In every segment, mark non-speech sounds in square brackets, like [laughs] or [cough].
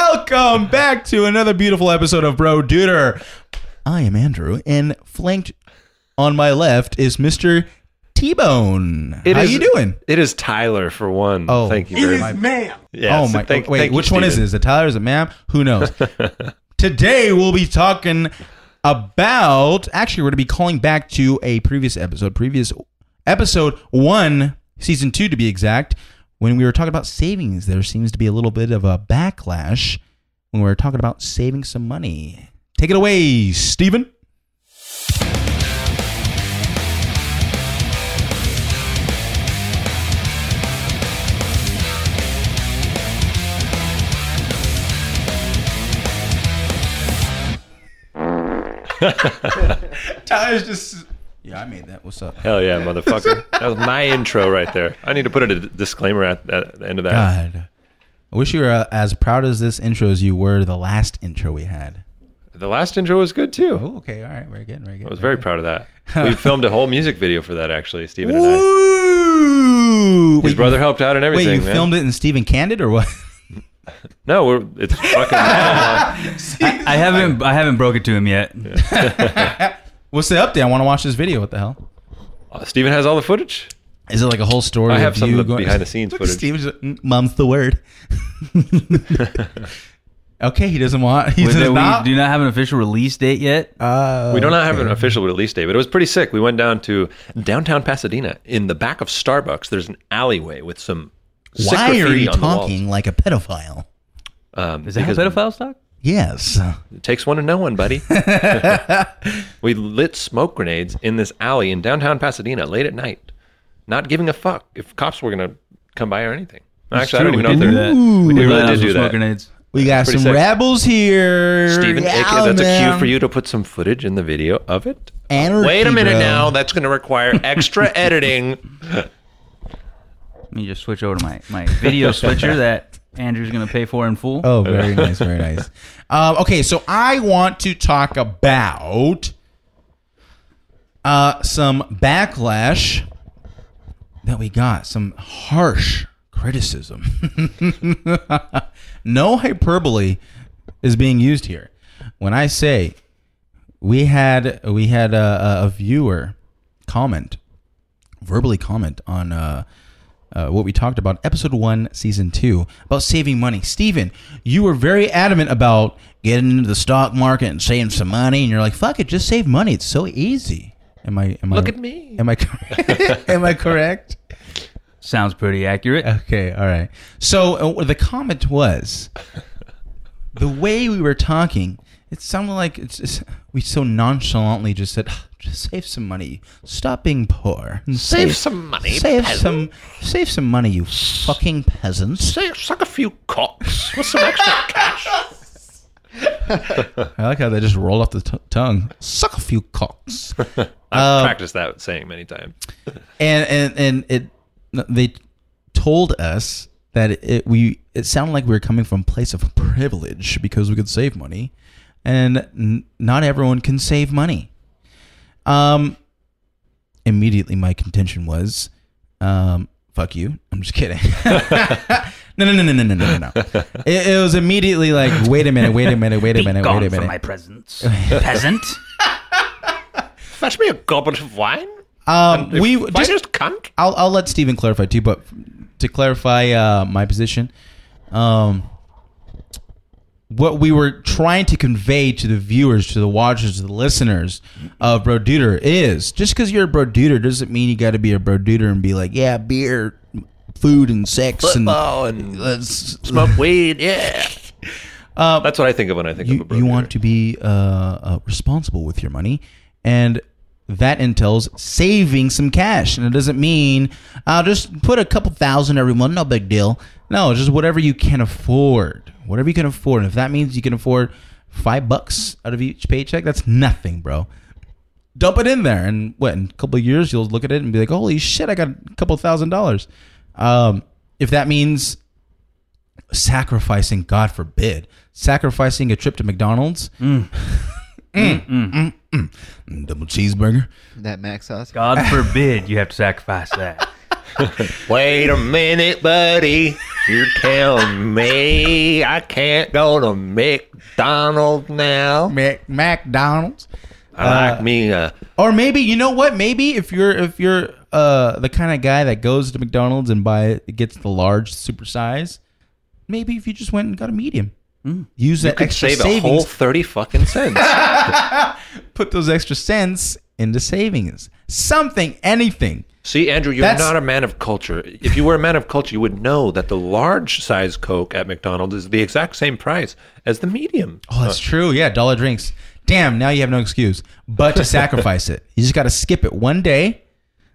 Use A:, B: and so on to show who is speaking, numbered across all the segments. A: Welcome back to another beautiful episode of Bro Duder. I am Andrew, and flanked on my left is Mr. T Bone.
B: It
A: How
B: is-
A: you doing?
B: It is Tyler for one.
A: Oh.
B: thank you very
A: is-
B: much.
C: ma'am.
B: Yeah,
A: oh
B: so
A: my!
B: thank-
A: wait,
B: thank you,
A: which one is it?
B: Steven.
A: Is it Tyler? Is it Ma'am? Who
B: [laughs]
A: knows? Today we'll be talking about. Actually, we're going to be calling back to a previous episode, previous episode one, season two to be exact, when we were talking about savings. There seems to be a little bit of a backlash when we were talking about saving some money. Take it away, Steven. Tyler's just. Yeah, I made that. What's up?
B: Hell yeah,
A: [laughs]
B: motherfucker! that was my intro right there. I need to put a d- disclaimer at, at the end of that.
A: God. I wish you were uh, as proud as this intro as you were the last intro we had.
B: The last intro was good too.
A: Oh, okay. All right. Very good. Very good.
B: I was very proud
A: [laughs]
B: of that. We filmed a whole music video for that actually, Steven and I.
A: Ooh!
B: His
A: Wait,
B: brother helped out and
A: wait,
B: everything.
A: you
B: man.
A: filmed it in Steven Candid or what?
B: No, we're,
A: [laughs]
B: it's fucking.
C: [laughs] I haven't I haven't broke it to him yet.
A: [laughs] What's the update? I want to watch this video. What the hell?
B: uh, Steven has all the footage.
A: Is it like a whole story?
B: I have
A: of
B: some
A: you
B: of the
A: going- [laughs]
B: behind-the-scenes
A: Look,
B: footage.
A: Steven's like, "Mm, mum's the word. [laughs] okay, he doesn't want. He
C: With
A: does
C: that
A: not.
C: we do not have an official release date yet.
A: uh,
B: We do not have an official release date, but it was pretty sick. We went down to downtown Pasadena. In the back of Starbucks, there's an alleyway with some. sick
A: why are
B: graffiti
A: you
B: on the walls.
A: talking like a pedophile?
B: Um,
C: Is that how
B: because-
C: pedophiles talk?
A: Yes.
B: It takes one to know
A: [laughs]
B: one, buddy. we lit smoke grenades in this alley in downtown Pasadena late at night, not giving a fuck if cops were going to come by or anything. Actually, I don't even know if they're.
C: We
B: did really
C: did run out
B: did
C: of
B: do
C: smoke
B: that.
C: grenades.
A: We got
B: pretty
A: some
B: sick.
A: rebels here.
B: Steven,
A: Yeah,
B: aka, that's a
A: man.
B: cue for you to put some footage in the video of it.
A: Anarchy,
B: Wait a minute
A: bro.
B: now. That's going to require
A: [laughs]
B: extra editing.
C: Let me just switch over to my,
B: [laughs]
C: my video switcher that Andrew's gonna pay for in full.
A: Oh, very nice, very nice. [laughs] Um, okay, so I want to talk about uh, some backlash that we got, some harsh criticism. [laughs] no hyperbole is being used here. When I say we had we had a, a- a viewer comment, verbally comment on. Uh, uh, what we talked about, episode one, season two, about saving money. Steven, you were very adamant about getting into the stock market and saving some money, and you're like, "Fuck it, just save money. It's so easy." Am I? Am
B: Look
A: I,
B: at me.
A: Am I? [laughs] Correct? am I correct?
C: Sounds pretty accurate.
A: Okay, all right. So uh, the comment was the way we were talking. It sounded like it's, it's, we so nonchalantly just said, "Ah, "Just save some money. Stop being poor. and
B: Save some money,
A: Save
B: peasant."
A: some. Save some money, you fucking peasants."
B: Say, suck a few cocks with some
A: [laughs]
B: extra cash.
A: I like how they just roll off the t- tongue. Suck a few [laughs] cocks. Uh,
B: I've practiced that saying many times.
A: and and and it they told us that it we it sounded like we were coming from a place of privilege because we could save money and n- not everyone can save money um immediately my contention was um fuck you i'm just kidding [laughs] no no no no no no no no it, it was immediately like wait a minute wait a minute wait a
C: Be
A: minute
C: gone
A: wait a
C: from
A: minute
C: my presence, peasant.
B: Fetch me a goblet of wine.
A: um we
B: You
A: just
B: finest cunt.
A: I'll, I'll let Steven clarify too, but to clarify uh, my position, um, what we were trying to convey to the viewers, to the watchers, to the listeners of Bro Duder is just because you're a Bro Duder doesn't mean you got to be a Bro Duder and be like, yeah, beer, food, and sex,
B: Football and
A: and let's.
B: smoke weed.
A: [laughs]
B: Yeah. That's what I think of when I think
A: Uh,
B: of a
A: You,
B: broker.
A: you want to be uh, uh, responsible with your money, and that entails saving some cash. And it doesn't mean I'll just put a couple thousand every month, no big deal. No, it's just whatever you can afford, whatever you can afford. And if that means you can afford five bucks out of each paycheck, that's nothing, bro. Dump it in there, and what in a couple of years you'll look at it and be like, "Holy shit, I got a couple thousand dollars." Um, if that means sacrificing, God forbid, sacrificing a trip to McDonald's, [laughs] Mm, mm, mm, mm. double cheeseburger.
D: That mac sauce.
C: God forbid you have to sacrifice that.
B: Wait a minute, buddy. You're telling me I can't go to McDonald's now?
A: Mac- McDonald's. Uh,
B: I like me a
A: Or maybe you know what? Maybe if you're if you're uh the kind of guy that goes to McDonald's and buy gets the large super size, maybe if you just went and got a medium, use that
B: Mm. could
A: extra
B: save
A: savings,
B: a whole thirty fucking cents.
A: put those extra cents into savings, something, anything.
B: See, Andrew, you're
A: That's-
B: not a man of culture. If you were a man of culture, you would know that the large size Coke at McDonald's is the exact same price as the medium.
A: Oh, that's true. Yeah, dollar drinks. Damn, now you have no excuse but
D: [laughs]
A: to sacrifice it. You just got to skip it one day.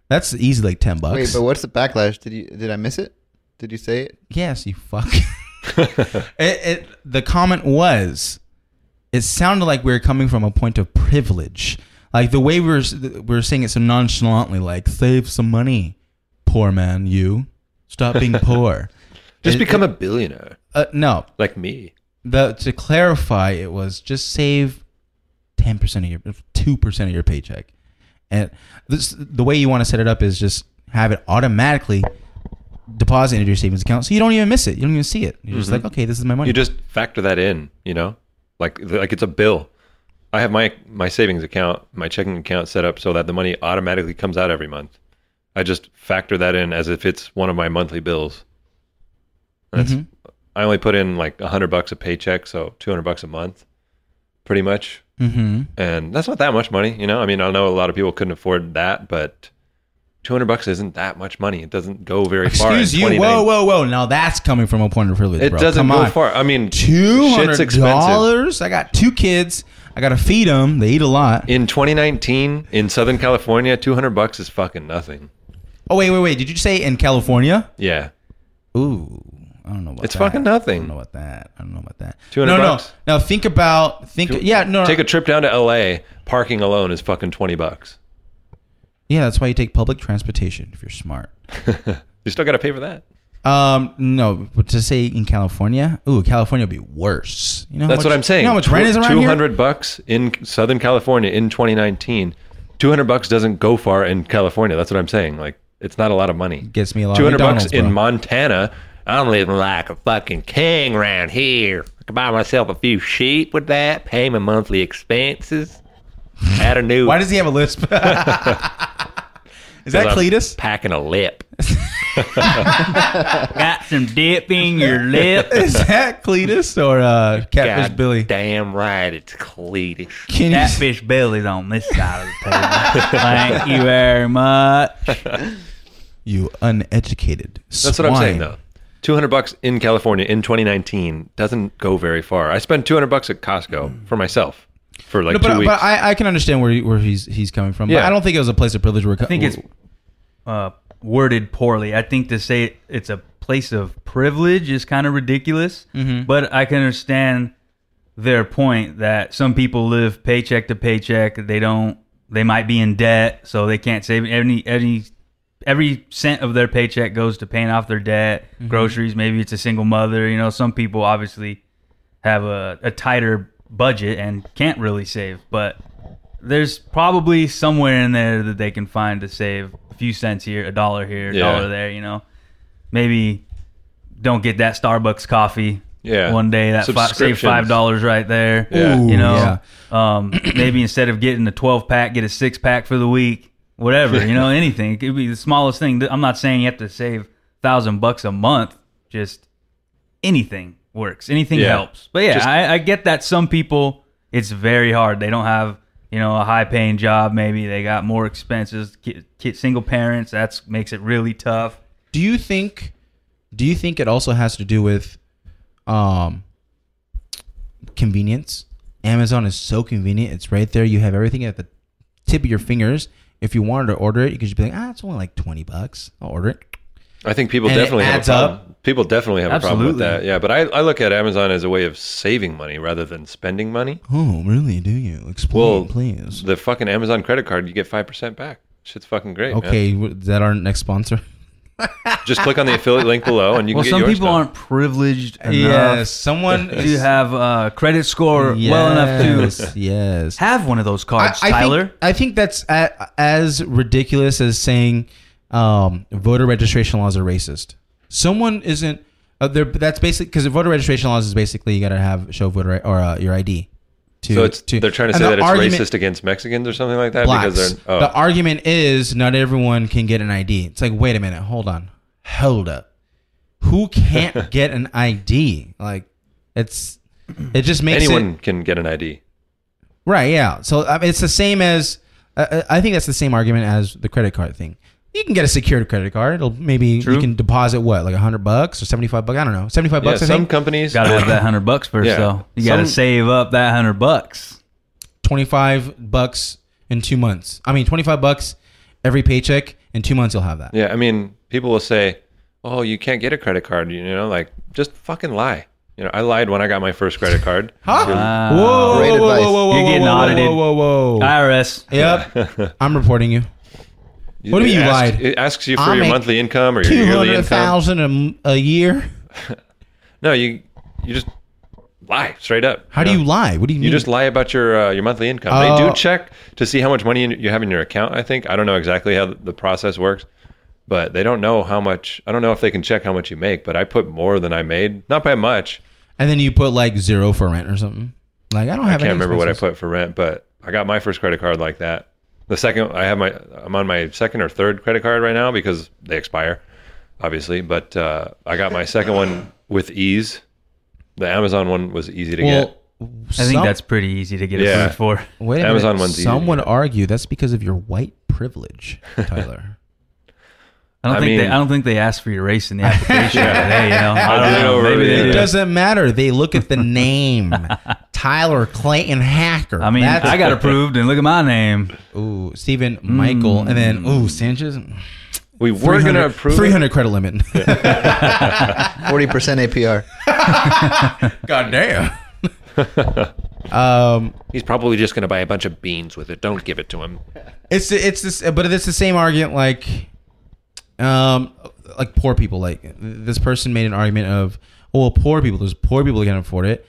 A: That's easily like ten bucks.
D: Wait, but what's the backlash? Did you did I miss it? Did you say it?
A: Yes, you fuck. [laughs] it, it, the comment was, it sounded like we were coming from a point of privilege. Like the way we were, s- th- we were saying it so nonchalantly, like, save some money, poor man, you. Stop
D: [laughs]
A: being poor.
B: Just
A: It-
B: become a billionaire
A: Uh, no,
B: like me.
A: the, to clarify, it was just save 10% of your, 2% of your paycheck. And this, the way you want to set it up is just have it automatically deposit into your savings account so you don't even miss it. You don't even see it. You're just like, okay, this is my money.
B: Mm-hmm. You just factor that in, you know, like like it's a bill. I have my my savings account, my checking account set up so that the money automatically comes out every month. I just factor that in as if it's one of my monthly bills. That's
A: Mm-hmm.
B: I only put in like hundred bucks a paycheck, so two hundred bucks a month, pretty much.
A: Mm-hmm.
B: and that's not that much money you know i mean i know a lot of people couldn't afford that but 200 bucks isn't that much money it doesn't go very far in
A: Excuse you.
B: 29
A: Whoa, whoa, whoa. Now that's coming from a point of privilege.
B: it
A: bro.
B: doesn't
A: Come
B: go
A: on.
B: far i mean
A: Two
B: shit's
A: hundred
B: expensive
A: dollars. I got two kids. I gotta feed them. They eat a lot.
B: in 2019 in southern california 200 bucks is fucking nothing
A: Oh wait, wait, wait. Did you say in California?
B: yeah
A: Ooh, I don't know about
B: It's
A: that.
B: fucking
A: I don't know
B: nothing
A: about that. I don't know about that.
B: 200
A: no,
B: bucks?
A: no. Now think about think. yeah, no. no.
B: take a trip down to la parking alone is fucking 20 bucks
A: yeah, that's why you take public transportation if you're smart.
B: you still got to pay for that
A: Um, no, but to say in California, ooh, California would be worse. You know, how
B: that's
A: much-
B: what i'm saying
A: You know how much rent is around here?
B: 200 bucks in southern california in 2019 200 bucks doesn't go far in california that's what i'm saying like it's not a lot of money
A: gets me a lot. of
B: 200 bucks
A: McDonald's,
B: in
A: bro.
B: Montana. I'm living like a fucking king around here. I can buy myself a few sheep with that, pay my monthly expenses, add a new.
A: Why does he have a
B: [laughs]
A: lisp? [laughs] Is that
B: I'm
A: Cletus?
B: Packing a lip.
C: Got some dip in your
A: [laughs]
C: lip.
A: [laughs] Is that Cletus or uh, Catfish
B: God
A: Billy?
B: Damn right, it's Cletus.
A: Can
C: That
A: you,
C: fish belly's on this side of the table. Thank you very much.
A: you uneducated.
B: That's what I'm saying,
A: swine.
B: though. 200 bucks in California in 2019 doesn't go very far. I spent 200 bucks at Costco for myself for like
A: No,
B: two
A: but,
B: weeks.
A: but I, I can understand where he, where he's he's coming from. But
B: Yeah.
A: I don't think it was a place of privilege. Where
C: I think it's uh, worded poorly. I think to say it, it's a place of privilege is kind of ridiculous, but I can understand their point that some people live paycheck to paycheck. They don't. They might be in debt, so they can't save any any. Every cent of their paycheck goes to paying off their debt, groceries. Maybe it's a single mother. You know, some people obviously have a, a tighter budget and can't really save, but there's probably somewhere in there that they can find to save a few cents here, a dollar here, a
B: Yeah.
C: dollar there, you know. Maybe don't get that Starbucks coffee.
B: Yeah.
C: One day that fi- save
B: Subscriptions.
C: five dollars right there.
B: Yeah.
A: Ooh,
C: You know, um, [clears throat] maybe instead of getting a twelve pack, get a six pack for the week. Whatever, you know, anything. It could be the smallest thing. I'm not saying you have to save thousand bucks a month. Just anything works. Anything
B: Yeah.
C: helps. But yeah,
B: Just-
C: I, I get that some people it's very hard. They don't have you know a high paying job. Maybe they got more expenses. Ki ki single parents. That's makes it really tough.
A: Do you think? Do you think it also has to do with, um, convenience? Amazon is so convenient. It's right there. You have everything at the tip of your fingers. If you wanted to order it, you could just be like, ah, it's only like twenty bucks. I'll order it.
B: I think people
A: And it
B: definitely have a
A: adds up.
B: problem. People definitely have a problem with that.
C: Absolutely.
B: Yeah, but I, I look at Amazon as a way of saving money rather than spending money.
A: Oh, really? Do you explain,
B: Well,
A: please?
B: The fucking Amazon credit card, you get five percent back. Shit's fucking great. man.
A: Okay, w- is that our next sponsor?
B: Just click on the affiliate link below, and you
C: Well,
B: can get
C: some
B: yours
C: people
B: now.
C: aren't privileged enough
A: someone
C: [laughs] to have a credit score well enough to
A: Yes, Yes,
C: have one of those cards,
A: I, I
C: Tyler.
A: Think, I think that's a, as ridiculous as saying um, voter registration laws are racist. Someone isn't. Uh, they're- that's basically because voter registration laws is basically you gotta have show voter or uh, your ID. To,
B: so it's
A: to-
B: they're trying to
A: and
B: say
A: the
B: that it's
A: argument-
B: racist against Mexicans or something like that
A: blacks.
B: because they're. Oh.
A: The argument is not everyone can get an ID. It's like, wait a minute, hold on, hold up. Who can't
B: [laughs]
A: get an ID? Like, it's it just makes it-
B: Anyone can get an ID.
A: Right. Yeah. So I mean, it's the same as uh, uh, I think that's the same argument as the credit card thing. You can get a secured credit card. It'll maybe you
C: True.
A: can deposit what like hundred bucks or seventy five bucks. I don't know. Seventy five
B: Yeah,
A: bucks. I
B: some
A: think
B: companies.
C: Gotta have that hundred bucks first,
B: Yeah.
C: though. You gotta
B: Some-
C: save up that hundred bucks.
A: twenty five bucks in two months. I mean twenty five bucks every paycheck in two months. You'll have that.
B: Yeah, I mean, people will say, "Oh, you can't get a credit card," you know, like just fucking lie. You know, I lied when I got my
A: [laughs]
B: first credit card.
A: Huh?
C: Wow.
A: Whoa, whoa,
D: Great
A: whoa,
D: advice.
A: whoa, whoa, whoa,
C: You're getting
A: whoa,
C: audited.
A: Whoa, whoa, whoa.
C: IRS.
B: [laughs]
A: Yep. I'm reporting you. What do you mean you
B: It asks-
A: lied?
B: It asks you for
A: I
B: your
A: make
B: monthly income or your
A: Two
B: yearly
A: hundred
B: income.
A: thousand a m- a year.
B: No, you you just lie straight up.
A: How do
B: know?
A: you lie? What do you,
B: You
A: mean?
B: just lie about your uh, your monthly income. they
A: Oh.
B: do check to see how much money in- you have in your account. I think I don't know exactly how the process works, but they don't know how much. I don't know if they can check how much you make. But I put more than I made, not by much.
A: and then you put like zero for rent or something. Like I don't have.
B: I can't
A: any
B: remember what I
A: expenses.
B: put for rent, but I got my first credit card like that. The second I have my, I'm on my second or third credit card right now because they expire, obviously. But uh, I got my second one with ease. The Amazon one was easy to
A: Well,
B: get.
C: I think that's pretty easy to get
B: Yeah.
C: approved for.
A: wait a
B: Amazon
A: minute.
B: one's easy
A: Some
B: to
A: would
B: get.
A: argue that's because of your white
B: [laughs]
A: privilege, Tyler.
C: I don't
B: I
C: think they.
B: mean-
C: I don't think they ask for your race
B: [laughs]
C: in the application. Hey, you know, I
B: did
C: don't
B: it
C: know.
B: over
C: Maybe
B: the
C: they
A: it
C: do.
B: internet.
A: doesn't matter. They look at the
C: [laughs]
A: name, Tyler Clayton Hacker.
C: I mean,
A: that's,
C: I got approved, and look at my name.
A: ooh Stephen Michael, and then
C: Mm.
A: ooh Sanchez.
B: We were going to approve. it.
A: three hundred credit limit.
D: Forty [laughs] percent APR.
A: [laughs] God damn. um,
B: He's probably just going to buy a bunch of beans with it. Don't give it to him.
A: It's it's this, but it's the same argument like, um, like poor people. Like this person made an argument of, oh, well, poor people. There's poor people who can afford it.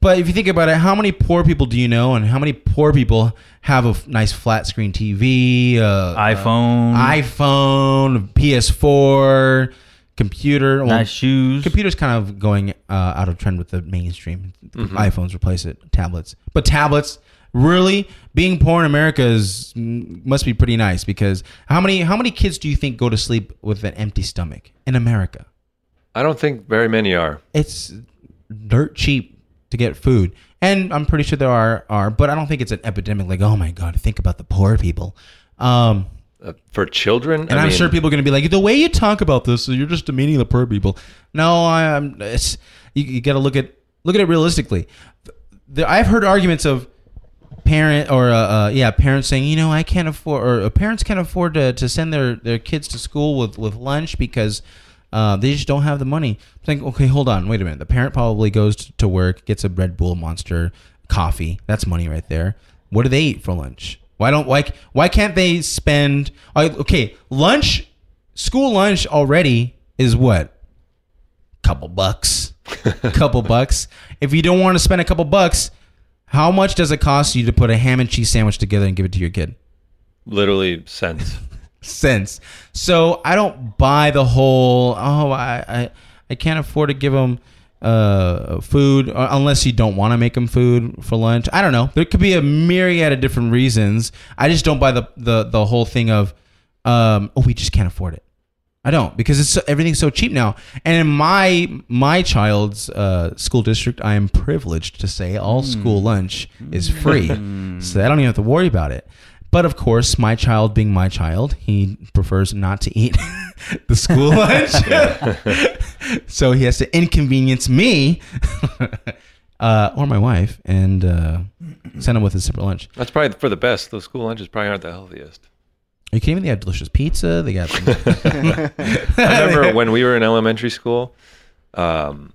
A: But if you think about it, how many poor people do you know, and how many poor people have a f- nice flat screen TV, uh,
C: iPhone,
A: iPhone, PS4, computer? Well,
C: nice shoes.
A: Computers kind of going uh, out of trend with the mainstream. iPhones replace it, tablets. But tablets, really, being poor in America is mm, must be pretty nice because how many how many kids do you think go to sleep with an empty stomach in America?
B: I don't think very many are.
A: It's dirt cheap to get food, and I'm pretty sure there are are, but I don't think it's an epidemic. Like, oh my god, think about the poor people. Um,
B: Uh, for children,
A: and
B: I
A: I am
B: mean,
A: sure people are going to be like, the way you talk about this, you're just demeaning the poor people. No, I, I'm. It's you, you got to look at look at it realistically. There, I've heard arguments of parent or uh, uh, yeah, parents saying, you know, I can't afford or uh, parents can't afford to, to send their, their kids to school with with lunch because uh, they just don't have the money. i think, okay, hold on, wait a minute. The parent probably goes t- to work, gets a Red Bull Monster, coffee. That's money right there. What do they eat for lunch? Why don't like why can't they spend I- okay lunch school lunch already is what couple bucks couple bucks if you don't want to spend a couple bucks how much does it cost you to put a ham and cheese sandwich together and give it to your kid?
B: literally cents.
A: Cents. So I don't buy the whole. Oh, I I, I can't afford to give them uh, food uh, unless you don't want to make them food for lunch. I don't know. There could be a myriad of different reasons. I just don't buy the the the whole thing of um, oh we just can't afford it. I don't because it's so, everything's so cheap now. And in my my child's uh, school district, I am privileged to say all school lunch is free, so I don't even have to worry about it. But of course, my child being my child, he prefers not to eat [laughs] the school lunch, [laughs] so he has to inconvenience me [laughs] uh, or my wife and uh, send him with a separate lunch.
B: That's probably for the best. Those school lunches probably aren't the healthiest.
A: Are you kidding me? They have delicious pizza. They got
B: I
A: [laughs]
B: remember when we were in elementary school, um,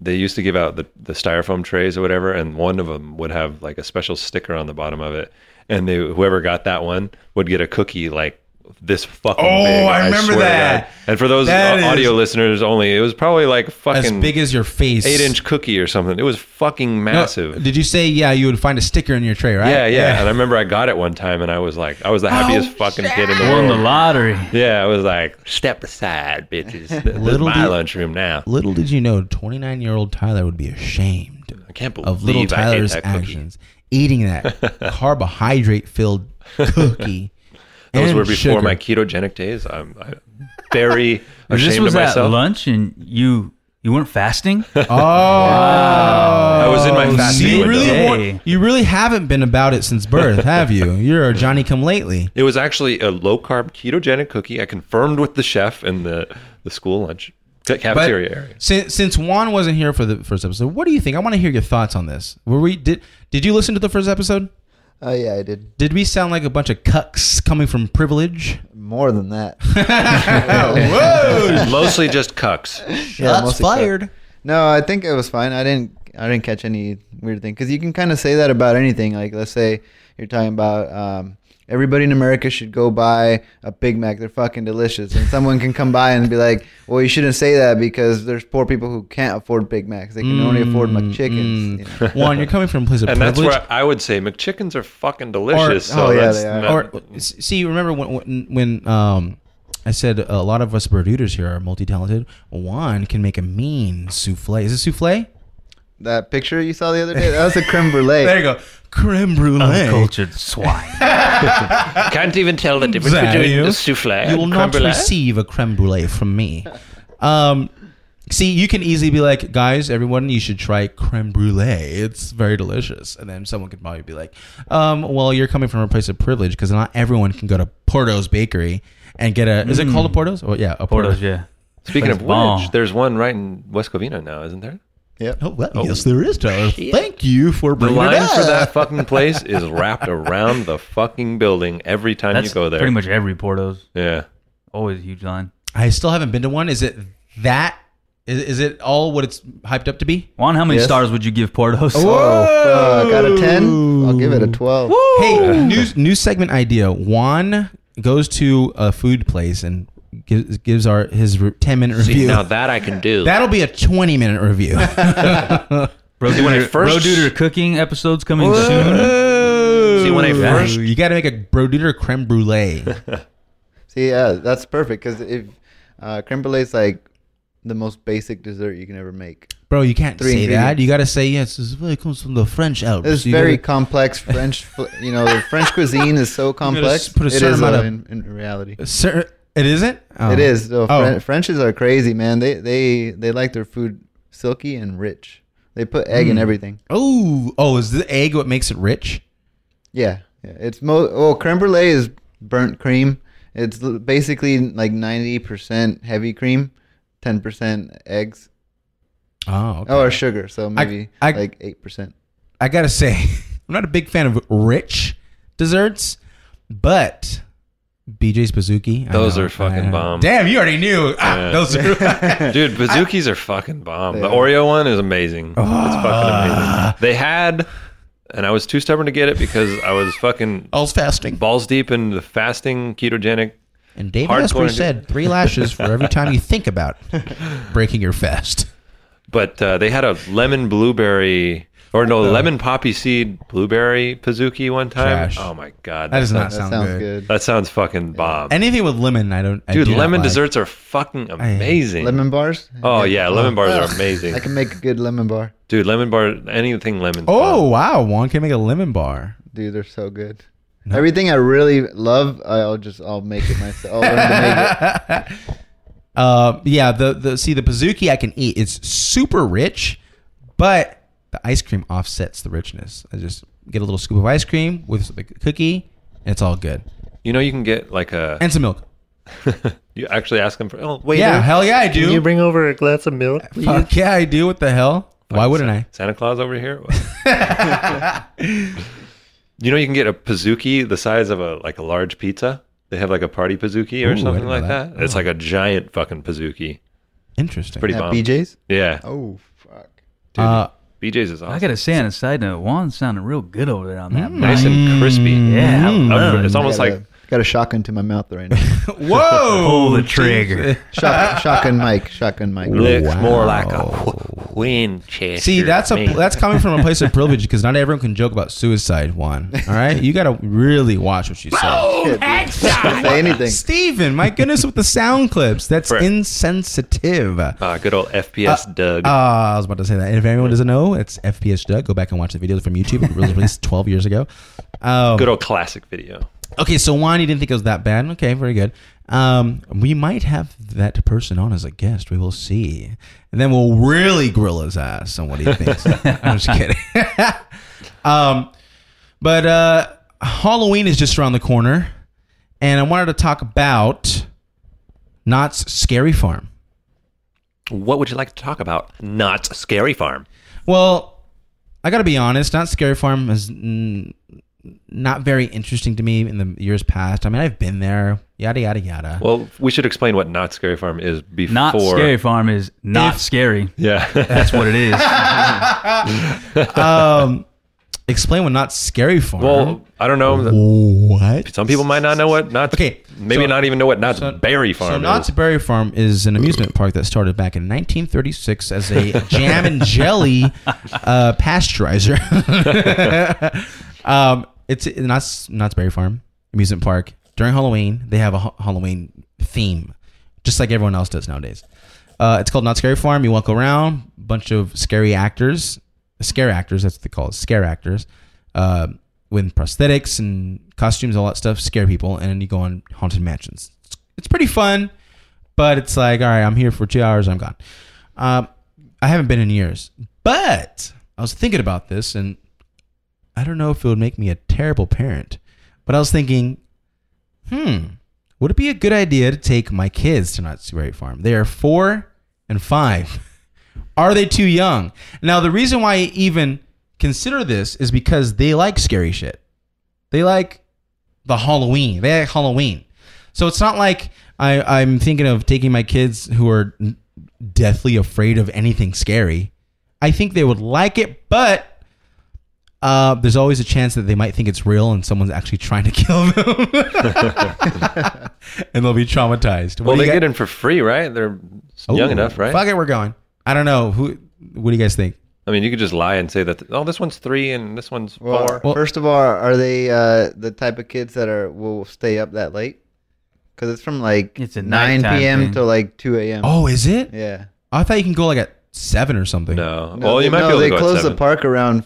B: they used to give out the, the styrofoam trays or whatever, and one of them would have like a special sticker on the bottom of it, and they whoever got that one would get a cookie like this fucking.
A: Oh,
B: big,
A: I remember
B: swear to
A: that.
B: God. And for those
A: That
B: au- audio
A: is-
B: listeners only, it was probably like
A: as
B: fucking
A: big as your face.
B: eight inch cookie or something. It was fucking
A: No,
B: massive.
A: Uh, did you say yeah? You would find a sticker in your tray, right?
B: yeah, yeah, And I remember I got it one time, and I was like, I was the happiest
A: Oh,
B: fucking kid in the
C: Won the
B: world.
C: lottery.
B: Yeah, I was like, step aside, bitches. Th- This is
A: Little
B: my
A: did-
B: lunchroom now.
A: Little did you know, 29 year old Tyler would be ashamed
B: I can't believe
A: of little Tyler's
B: I ate that cookie.
A: actions, eating that
B: [laughs]
A: carbohydrate filled cookie.
B: Those
A: and
B: were before
A: sugar.
B: my ketogenic days. I'm, I'm very ashamed
C: [laughs] This was
B: of
C: at
B: myself.
C: lunch, and you you
B: [laughs]
C: weren't fasting.
A: Oh,
B: I was in my
A: so
B: fasting
A: you
B: window.
A: really,
C: Hey.
A: want, you really haven't been about it since birth, have [laughs] you? You're a Johnny Come Lately.
B: It was actually a low carb ketogenic cookie. I confirmed with the chef in the, the school lunch ca-
A: But
B: cafeteria area.
A: since since Juan wasn't here for the first episode, what do you think? I want to hear your thoughts on this. Were we did did you listen to the first episode?
D: Oh yeah, I did
A: Did we sound like a bunch of cucks coming from privilege?
D: more than [laughs] that.
A: Whoa!
B: [laughs]
C: [laughs]
D: [laughs]
B: Mostly just cucks.
D: Yeah,
A: Shots
D: mostly cooked.
A: fired.
D: No, I think it was fine. I didn't. I didn't catch any weird thing because you can kind of say that about anything. Like let's say you're talking about um, everybody in America should go buy a Big Mac. They're fucking delicious, and someone can come by and be like, "Well, you shouldn't say that because there's poor people who can't afford Big Macs. They can only afford McChickens." You know?
A: Juan, you're coming from a place of
B: [laughs] And that's
A: privilege.
B: where I would say McChickens are fucking delicious.
D: Or-
B: so
D: oh, yeah,
B: that's
D: they are.
B: not-
A: or s- see, remember when when, when um, I said a lot of us Bermudas here are multi-talented. Juan can make a mean souffle. Is it souffle?
D: That picture you saw the other day, that was a
A: [laughs]
D: creme brulee.
A: There you go, creme brulee.
C: Uncultured swine.
B: [laughs] can't even tell the difference
A: Zach,
B: between
A: you-
B: a souffle
A: You will
B: and creme
A: not
B: brulee.
A: receive a creme brulee from me. Um, see, you can easily be like, guys, everyone, you should try creme brulee. It's very delicious. And then someone could probably be like, um, well, you're coming from a place of privilege because not everyone can go to Porto's Bakery and get a. Is it
B: Mm.
A: called a Porto's? Oh yeah, a Porto's.
C: Portos, yeah.
B: Speaking of
C: That's bomb.
B: which, there's one right in West Covina now, isn't there?
D: Yep.
A: Oh, well, yes, there is, Tyler. Thank you for
B: The
A: bringing it
B: line
A: up.
B: for that fucking place is wrapped around the fucking building every time
C: That's
B: you go there.
C: pretty much every Portos.
B: Yeah.
C: Always a huge line.
A: I still haven't been to one. Is it that? Is, is it all what it's hyped up to be?
C: Juan, how many
D: Yes.
C: stars would you give Portos?
D: Oh, fuck. Out of 10, I'll give it a 12.
A: Hey, new new segment idea. Juan goes to a food place and gives gives our his re- ten minute review.
B: See, now that I can do.
A: That'll be a twenty minute review.
C: Bro,
B: when I
C: Duder,
B: first-
C: Bro Duder cooking episodes coming soon.
B: [laughs] See, when I first
A: you got to make a broduder creme brulee.
D: See, yeah, that's perfect because if uh, creme brulee is like the most basic dessert you can ever make.
A: Bro, you can't
D: Three
A: say that.
D: ingredients.
A: You got to say yes. This really comes from the French out.
D: It's very
A: [laughs]
D: complex French. fl- you know, the French cuisine is so complex.
A: put a
D: it
A: certain
D: is
A: amount
D: though,
A: of-
D: in, in reality.
A: Sir, it isn't. Oh.
D: It is. Though,
A: Oh.
D: Fren- Frenchies are crazy, man. They they they like their food silky and rich. They put egg
A: Mm.
D: in everything.
A: Oh, oh, is the egg what makes it rich?
D: Yeah, yeah. It's mo. Well, creme brulee is burnt cream. It's l- basically like ninety percent heavy cream, ten percent eggs.
A: Oh, okay.
D: Oh, or sugar. So maybe
A: I-
D: like eight percent.
A: I gotta say, [laughs] I'm not a big fan of rich desserts, but BJ's Bazooki. I
B: Those
A: know,
B: are fucking
A: I know.
B: bomb.
A: Damn, you already knew. Ah,
B: Yeah.
A: [laughs] Those
B: [laughs]
A: are.
B: Dude, bazookies are fucking bomb. The
D: They are.
B: Oreo one is amazing. it's fucking
A: Ah.
B: amazing. They had, and I was too stubborn to get it because I was fucking
A: I was fasting.
B: balls deep in the fasting ketogenic.
A: And David
B: Hardcore
A: Esper
B: into-
A: said three lashes for every time you think
B: [laughs]
A: about breaking your fast.
B: But uh, they had a lemon blueberry, or no, lemon poppy seed blueberry pizookie one time.
A: Trash.
B: Oh my god,
A: That does
B: sounds-
A: not
D: That
A: sound
D: sounds
A: good.
D: good.
B: That sounds fucking bomb.
A: Anything with lemon, I don't. I
B: Dude,
A: do not
B: lemon
A: like.
B: desserts are fucking amazing.
D: Lemon bars.
B: Oh yeah, lemon bars are
D: I
B: amazing.
D: can make a good lemon bar,
B: Dude, lemon bar, anything lemon.
A: Oh wow, Juan can make a lemon bar.
D: dude. They're so good. Everything I really love, I'll just I'll make it myself. I'll learn to make it.
A: Uh, yeah, the the see the Pizookie I can eat. It's super rich, but the ice cream offsets the richness. I just get a little scoop of ice cream with the cookie, and it's all good.
B: you know you can get like a. [laughs]
A: And some milk.
B: you actually ask them for. Oh wait,
A: yeah, hell yeah, I do.
E: [laughs] Can you bring over a glass of milk? please?
A: Fuck yeah, I do. What the hell? Why wouldn't I?
B: Santa Claus over here.
A: [laughs]
B: you know, you can get a pizookie the size of a like a large pizza. They have like a party pizookie
A: Ooh, I
B: or
A: didn't
B: something
A: know
B: like
A: that.
B: that. It's like a giant fucking pizookie.
A: Interesting.
B: Pretty
D: At
B: bomb.
D: BJ's.
B: Yeah,
D: Oh fuck.
A: uh,
B: BJ's is awesome.
C: I gotta say on a side note, Juan sounded real good over there on that. mic.
B: nice and crispy.
C: Yeah, I
B: Um,
C: love it.
B: Mm. it's almost
D: I gotta
B: like
D: got a shotgun to my mouth right now.
A: [laughs] Whoa!
C: Pull the trigger.
D: Shot, shotgun Mike. Shotgun Mike.
B: Looks more like a
A: Wow.
B: wh- Winchester.
A: See, that's a
B: man.
A: that's coming from a place of privilege because not everyone can joke about suicide. Juan, all right, you got to really watch what you say.
C: [laughs]
D: Don't say anything.
A: Steven, my goodness, with the sound clips, that's
B: Right.
A: insensitive.
B: Ah, good old FPS Doug.
A: Ah, I was about to say that. And if anyone doesn't know, it's FPS Doug. Go back and watch the video from YouTube. It was released [laughs] 12 years ago. Um,
B: good old classic video.
A: Okay, so Juan, you didn't think it was that bad. Okay, very good. Um, we might have that person on as a guest. We will see. And then we'll really grill his ass on what he thinks. [laughs] I'm just kidding. um, but uh, Halloween is just around the corner. And I wanted to talk about Knott's Scary Farm.
B: What would you like to talk about? Not Scary Farm.
A: Well, I got to be honest. Not Scary Farm is mm, not very interesting to me in the years past. I mean, I've been there, yada yada yada.
B: Well, [laughs] we should explain what Not Scary Farm is before.
C: Not scary farm is not
A: If-
C: scary.
B: [laughs] Yeah.
C: That's what it is.
A: um, explain what not Scary Farm.
B: well, I don't know.
A: what?
B: Some people might not know what Knott's.
A: Okay,
B: Maybe
A: so-
B: not even know what Knott's
A: so-
B: Berry Farm
A: so
B: is.
A: Knott's Berry Farm is an amusement park that started back in 1936 as a jam and
B: [laughs]
A: jelly uh, pasteurizer. um, it's Knott's, Knott's Berry Farm amusement park. During Halloween, they have a ha- Halloween theme, just like everyone else does nowadays. Uh, it's called Not Scary Farm. You walk around, bunch of scary actors, scare actors. That's what they call it, scare actors, uh, with prosthetics and costumes, all that stuff, scare people, and then you go on haunted mansions. It's, it's pretty fun, but it's like, all right, I'm here for two hours, I'm gone. Um, I haven't been in years, but I was thinking about this, and I don't know if it would make me a terrible parent, but I was thinking, hmm, would it be a good idea to take my kids to Knott's Berry Farm? They are four and five. Are they too young? Now, the reason why I even consider this is because they like scary shit. They like the Halloween. They like Halloween. So it's not like I, I'm thinking of taking my kids who are deathly afraid of anything scary. I think they would like it, but uh, there's always a chance that they might think it's real and someone's actually trying to [laughs] kill them, and they'll be traumatized. What
B: well,
A: do
B: they
A: you got-
B: get in for free, right? They're young
A: Ooh,
B: enough, right?
A: Fuck it, we're going. I don't know who. What do you guys think?
B: I mean, you could just lie and say that. Oh, this one's three and this one's
D: Well,
B: four.
A: Well-
D: first of all, are they uh, the type of kids that are will stay up that late? Because it's from like
C: It's a
D: 9
C: nighttime
D: p.m.
C: thing.
D: to like 2 a.m.
A: Oh, is it?
D: yeah.
A: I thought you can go like at seven or something.
B: no.
D: No,
B: well, Oh, you
D: they,
B: might
D: no,
B: be able
D: they
B: to go
D: close
B: at seven.
D: the park around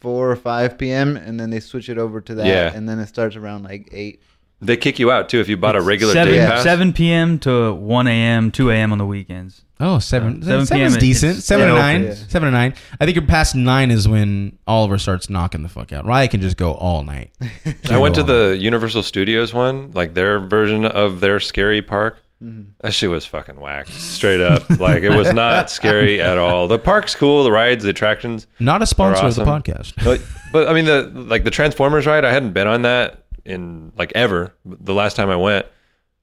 D: 4 or 5 p.m. and then they switch it over to that.
B: Yeah.
D: And then it starts around like 8.
B: They kick you out too if you bought a [laughs] regular
C: seven,
B: day pass.
C: 7 p.m. to 1 a.m., 2 a.m. on the weekends.
A: Oh, seven.
C: Uh, 7
A: seven's
C: PM,
A: decent.
C: it's-
A: Seven to
C: yeah,
A: nine.
D: okay, yeah.
A: Seven to nine. I think you're past nine is when Oliver starts knocking the fuck out. Ryan can just go all
B: [laughs]
A: night.
B: I went to the Universal Studios one, like their version of their scary park. That shit was fucking whack, straight up. like it was not scary at all. The park's cool, the rides, the attractions.
A: Not a sponsor
B: are
A: of
B: awesome.
A: the podcast.
B: But, but I mean, the like the Transformers ride, I hadn't been on that in like ever. The last time I went,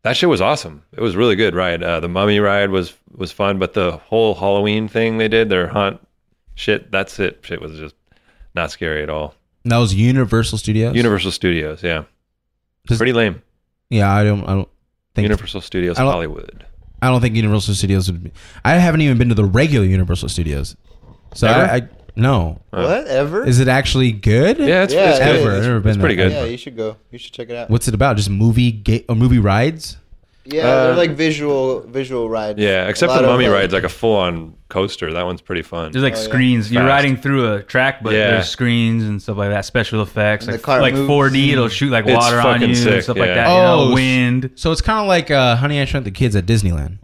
B: that shit was awesome. It was a really good ride. Uh, the Mummy ride was was fun, but the whole Halloween thing they did, their haunt shit, that's it. Shit was just not scary at all.
A: And that was Universal Studios.
B: Universal Studios, yeah,
A: Does-
B: pretty lame.
A: Yeah, I don't. I don't think.
B: Universal Studios
A: I don't-
B: Hollywood.
A: I don't think Universal Studios would. Be, I haven't even been to the regular Universal Studios. So
B: Ever?
A: I, I no.
D: Whatever.
A: Is it actually good?
B: Yeah, it's,
D: Yeah,
B: it's
D: it
B: good.
D: is.
A: Ever. I've never
B: It's
A: been
B: pretty
A: there.
B: good.
D: yeah, you should go. You should check it out.
A: What's it about? Just movie gate or movie rides?
D: Yeah,
B: Uh,
D: they're like visual visual rides.
B: Yeah,
D: A
B: except
D: lot
B: the
D: of,
B: mummy
D: like-
B: ride's like a full-on coaster. That one's pretty fun.
C: There's like
D: Oh, yeah.
C: screens. You're
B: Fast.
C: riding through a track, but
B: Yeah.
C: there's screens and stuff like that. Special effects,
D: And
C: like
D: the car
C: like
D: moves.
C: 4D. It'll shoot like
B: It's
C: water on
B: fucking
C: you
B: sick,
C: and stuff like
B: yeah.
C: that. Uh, you
A: Oh,
C: know,
A: sh-
C: wind.
A: So it's kind of like uh, Honey I Shrunk the Kids at Disneyland.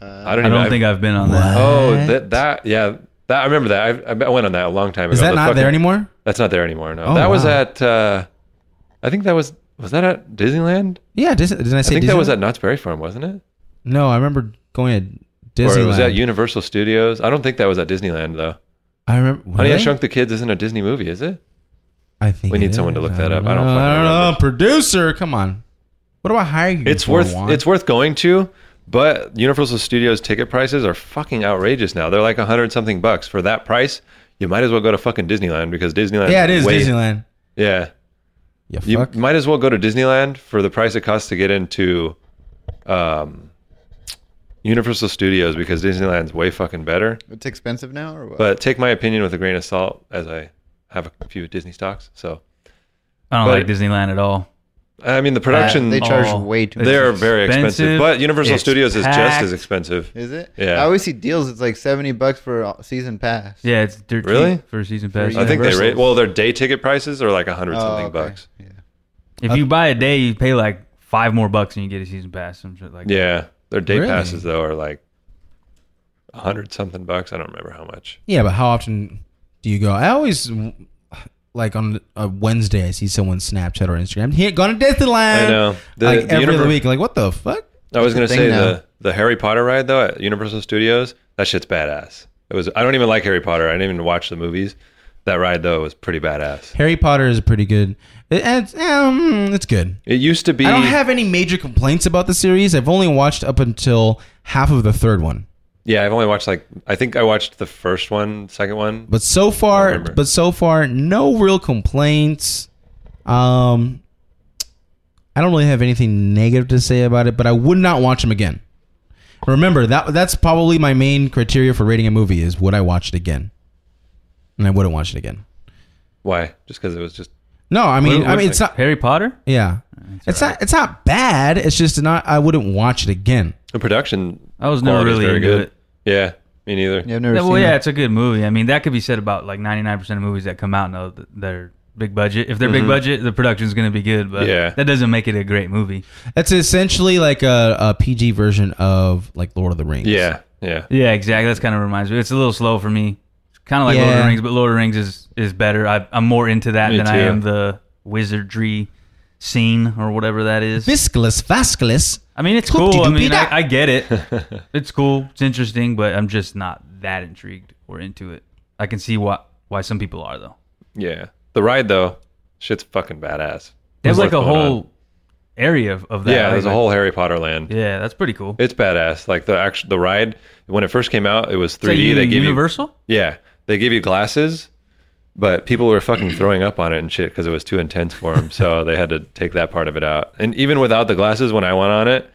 D: Uh,
B: I don't.
C: I
B: even,
C: don't think I've been on that.
B: Oh,
A: What?
B: that that yeah. That I remember that. I, I went on that a long time ago.
A: Is that
B: The
A: not
B: fucking-
A: there anymore?
B: That's not there anymore. No,
A: Oh,
B: that was
A: wow.
B: at. Uh, I think that was was that at Disneyland?
A: Yeah, Dis- didn't I
B: I
A: say
B: think that was
A: Disneyland?
B: at Knott's Berry Farm, wasn't it?
A: No, I remember going to
B: Or
A: Disneyland.
B: it was at Universal Studios. I don't think that was at Disneyland though.
A: I remember.
B: Honey, I
A: really?
B: Shrunk the Kids isn't a Disney movie, is it?
A: I think
B: We
A: it
B: need someone to
A: is.
B: look that up. I don't
A: know.
B: fucking
A: I don't know.
B: remember.
A: Producer, come on. What do I hire you?
B: It's
A: for,
B: worth
A: Juan?
B: it's worth going to, but Universal Studios ticket prices are fucking outrageous now. They're like a hundred something bucks for that price. You might as well go to fucking Disneyland because Disneyland.
A: yeah, it is
B: way-
A: Disneyland.
B: Yeah,
F: Yeah,
B: You
F: fuck.
B: might as well go to Disneyland for the price it costs to get into um, Universal Studios because Disneyland's way fucking better.
D: It's expensive now, or what?
B: But take my opinion with a grain of salt, as I have a few Disney stocks. So
C: I don't
B: But-
C: like Disneyland at all.
B: I mean, the production
D: they
B: they,
D: charge
C: Oh,
D: way too.
C: it's
D: much.
B: are very expensive,
C: expensive.
B: but Universal
C: It's
B: Studios is just
C: packed.
B: as expensive.
D: Is it?
B: Yeah.
D: I always see deals. It's like seventy bucks for a season pass.
C: Yeah, it's dirt
B: Really?
C: cheap for a season pass.
B: I think they
D: Universal's-
B: rate well their day ticket prices are like a hundred
D: Oh,
B: something
D: okay.
B: bucks.
D: Yeah.
C: if you buy a day, you pay like five more bucks and you get a season pass. Some shit like
B: Yeah, their day
F: Really?
B: passes though are like a hundred something bucks. I don't remember how much.
A: Yeah, but how often do you go? I always like on a Wednesday. I see someone Snapchat or Instagram. Here, going to Disneyland.
B: I know. The-
A: like
B: the
A: every other
B: univer-
A: week. Like what the fuck?
B: I was gonna
D: the
B: say
D: thing now.
B: the the Harry Potter ride though at Universal Studios. That shit's badass. It was. I don't even like Harry Potter. I didn't even watch the movies. That ride though was pretty badass.
A: Harry Potter is pretty good. It- and it's, um, it's good.
B: It used to be.
A: I don't have any major complaints about the series. I've only watched up until half of the third one.
B: yeah, I've only watched like I think I watched the first one, second one.
A: But so far,
B: remember.
A: but so far, no real complaints. Um, I don't really have anything negative to say about it, but I would not watch them again. Remember that that's probably my main criteria for rating a movie is would I watch it again, and I wouldn't watch it again.
B: Why? Just because it was just.
A: No, I mean,
C: What-
A: I
C: what-
A: mean, it's not.
C: Harry Potter.
A: Yeah, it's not. It's not bad. It's just not. I wouldn't watch it again.
B: The production.
C: I was never
B: quality's
C: really
B: very
C: into
B: good.
C: it.
B: Yeah, me neither.
D: Yeah, I've never
C: Yeah,
D: seen.
C: well, yeah,
D: it.
C: it's a good movie. I mean, that could be said about like 99% of movies that come out now that they're big budget. If they're big budget, the production's going to be good, but
B: Mm-hmm. Yeah.
C: that doesn't make it a great movie.
A: It's essentially like a, a PG version of like Lord of the Rings.
B: Yeah, yeah.
C: Yeah, exactly. That's kind of reminds me. It's a little slow for me. It's kind of like Lord of
A: Yeah.
C: the Rings, but Lord of the Rings is, is better. I, I'm more into that
B: Me
C: than I
B: too.
C: am the wizardry scene or whatever that is.
A: Visclus, Vasculus.
C: I mean, it's
A: Hoop-de-doop-de-da.
C: cool. I mean, I, I get it. [laughs] it's cool. It's interesting, but I'm just not that intrigued or into it. I can see why, why some people are, though.
B: Yeah. The ride though, shit's fucking badass.
C: There's
B: There's
C: like a
B: lots going
C: whole area of, of
B: on.
C: that.
B: Yeah,
C: Like,
B: there's a
C: like-
B: whole Harry Potter land.
C: Yeah, that's pretty cool.
B: It's badass. Like the actual the ride when it first came out, it was 3D.
C: Is that
B: they gave
C: Universal.
B: you yeah, they gave you glasses, but people were fucking throwing up on it and shit because it was too intense for them.
C: [laughs]
B: so they had to take that part of it out. And even without the glasses, when I went on it,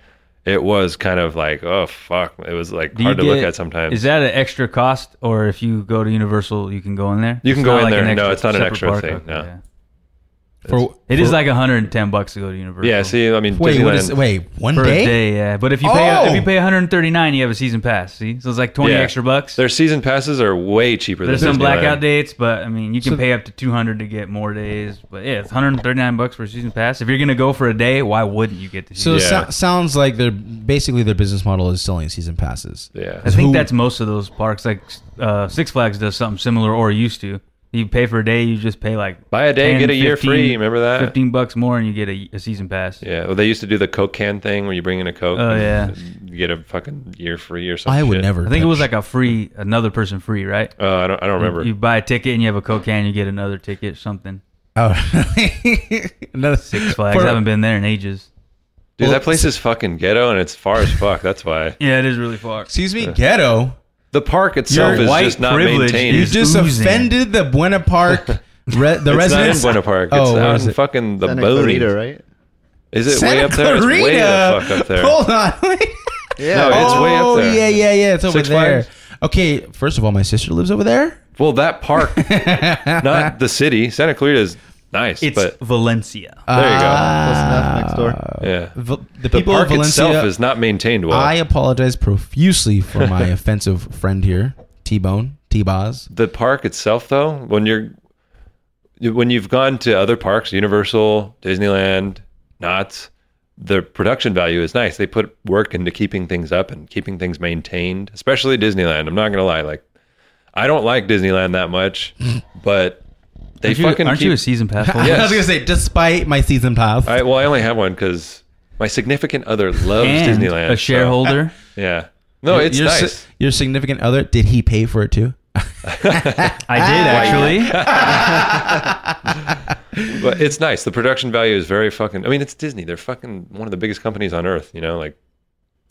B: it was kind of like oh fuck. It was like
C: Do you
B: hard to look
C: get-
B: at sometimes.
C: Is that an extra cost, or if you go to Universal, you can go in there?
B: You can
C: It's
B: go
C: not
B: in
C: an
B: there. No, it's not an
C: separate
B: extra
C: park?
B: thing,
C: Okay,
B: no.
C: yeah.
A: For
C: It is like 110 bucks to go to Universal.
B: yeah. See, I mean,
A: wait, what
B: Disneyland-
A: is wait one
C: For
A: day?
C: a day, yeah. But if you pay
A: Oh!
C: if you pay 139, you have a season pass. See, so it's like 20
B: yeah.
C: extra bucks.
B: Their season passes are way cheaper.
C: There's
B: than
C: some
B: Disneyland.
C: blackout dates, but I mean, you can pay up to 200 to get more days. But yeah, it's 139 bucks for a season pass. If you're gonna go for a day, why wouldn't you get the
A: So
C: season?
A: it
B: Yeah.
A: sou- sounds like they're basically their business model is selling season passes.
B: Yeah.
C: I think
A: who-
C: that's most of those parks. Like uh, Six Flags does something similar, or used to. You pay for a day, you just pay like
B: Buy a day, get a year free. Remember that?
C: 15 bucks more, and you get a, a season pass.
B: Yeah, well, they used to do the Coke can thing where you bring in a Coke.
C: Oh,
B: and
C: yeah.
B: you get a fucking year free or something.
A: I would never.
C: I think it was
A: touch-
C: like a free, another person free, right?
B: Oh, I don't. I don't remember.
C: You buy a ticket and you have a Coke can, you get another ticket, something.
A: oh, [laughs] another [laughs]
C: Six Flags. I haven't been there in ages.
B: Dude, that place is fucking ghetto and it's far as fuck. That's why
C: Yeah, it is really far.
A: Excuse me, ghetto.
B: the park itself
C: Your
B: is
C: white
B: just not
C: privilege
B: maintained.
A: You
C: is-
B: It's
A: just
C: oozing.
A: offended the Buena
B: [laughs]
A: Park, re- the
B: not
A: residents.
B: in Buena Park. It's
A: Oh, where
B: out
A: is
B: in
A: it?
B: fucking the
D: Santa
B: boonies.
D: Clarita, right?
B: Is it
A: Santa
B: way up there? It's way the
A: Clarita.
B: fuck up there.
A: Hold on. [laughs]
D: Yeah.
B: No, it's
A: oh,
B: way up there.
A: yeah, yeah, yeah. It's over
B: Six
A: there.
B: Flags?
A: Okay, first of all, my sister lives over there.
B: Well, that park, not the city. Santa Clarita is nice,
C: It's
B: but
C: Valencia.
B: there you go.
D: Close enough next
C: Uh,
D: door.
B: yeah,
A: Uh, V- the,
B: the
A: people
B: park
A: of Valencia.
B: itself is not maintained well.
A: I apologize profusely for
B: [laughs]
A: my offensive friend here, T Bone, T Boz.
B: the park itself though when you're when you've gone to other parks universal disneyland knott's the production value is nice they put work into keeping things up and keeping things maintained especially disneyland i'm not gonna lie like i don't like disneyland that
C: [laughs]
B: much but they
C: aren't you,
B: fucking
C: aren't
B: keep,
C: you a season pass holder?
B: Oh,
C: [laughs]
A: [laughs]
B: Yes.
A: I was gonna say, despite my season pass,
B: I, well i only have one because my significant
C: [laughs]
B: other loves
C: and
B: disneyland
C: a
A: [laughs]
B: so-
C: shareholder.
B: yeah no it's
A: your, si-
B: nice
A: your significant other did he pay for it too?
C: I
A: Ah,
B: [laughs]
C: did actually.
B: But it's nice. The production value is very fucking. I mean, it's Disney. They're fucking one of the biggest companies on earth. You know, like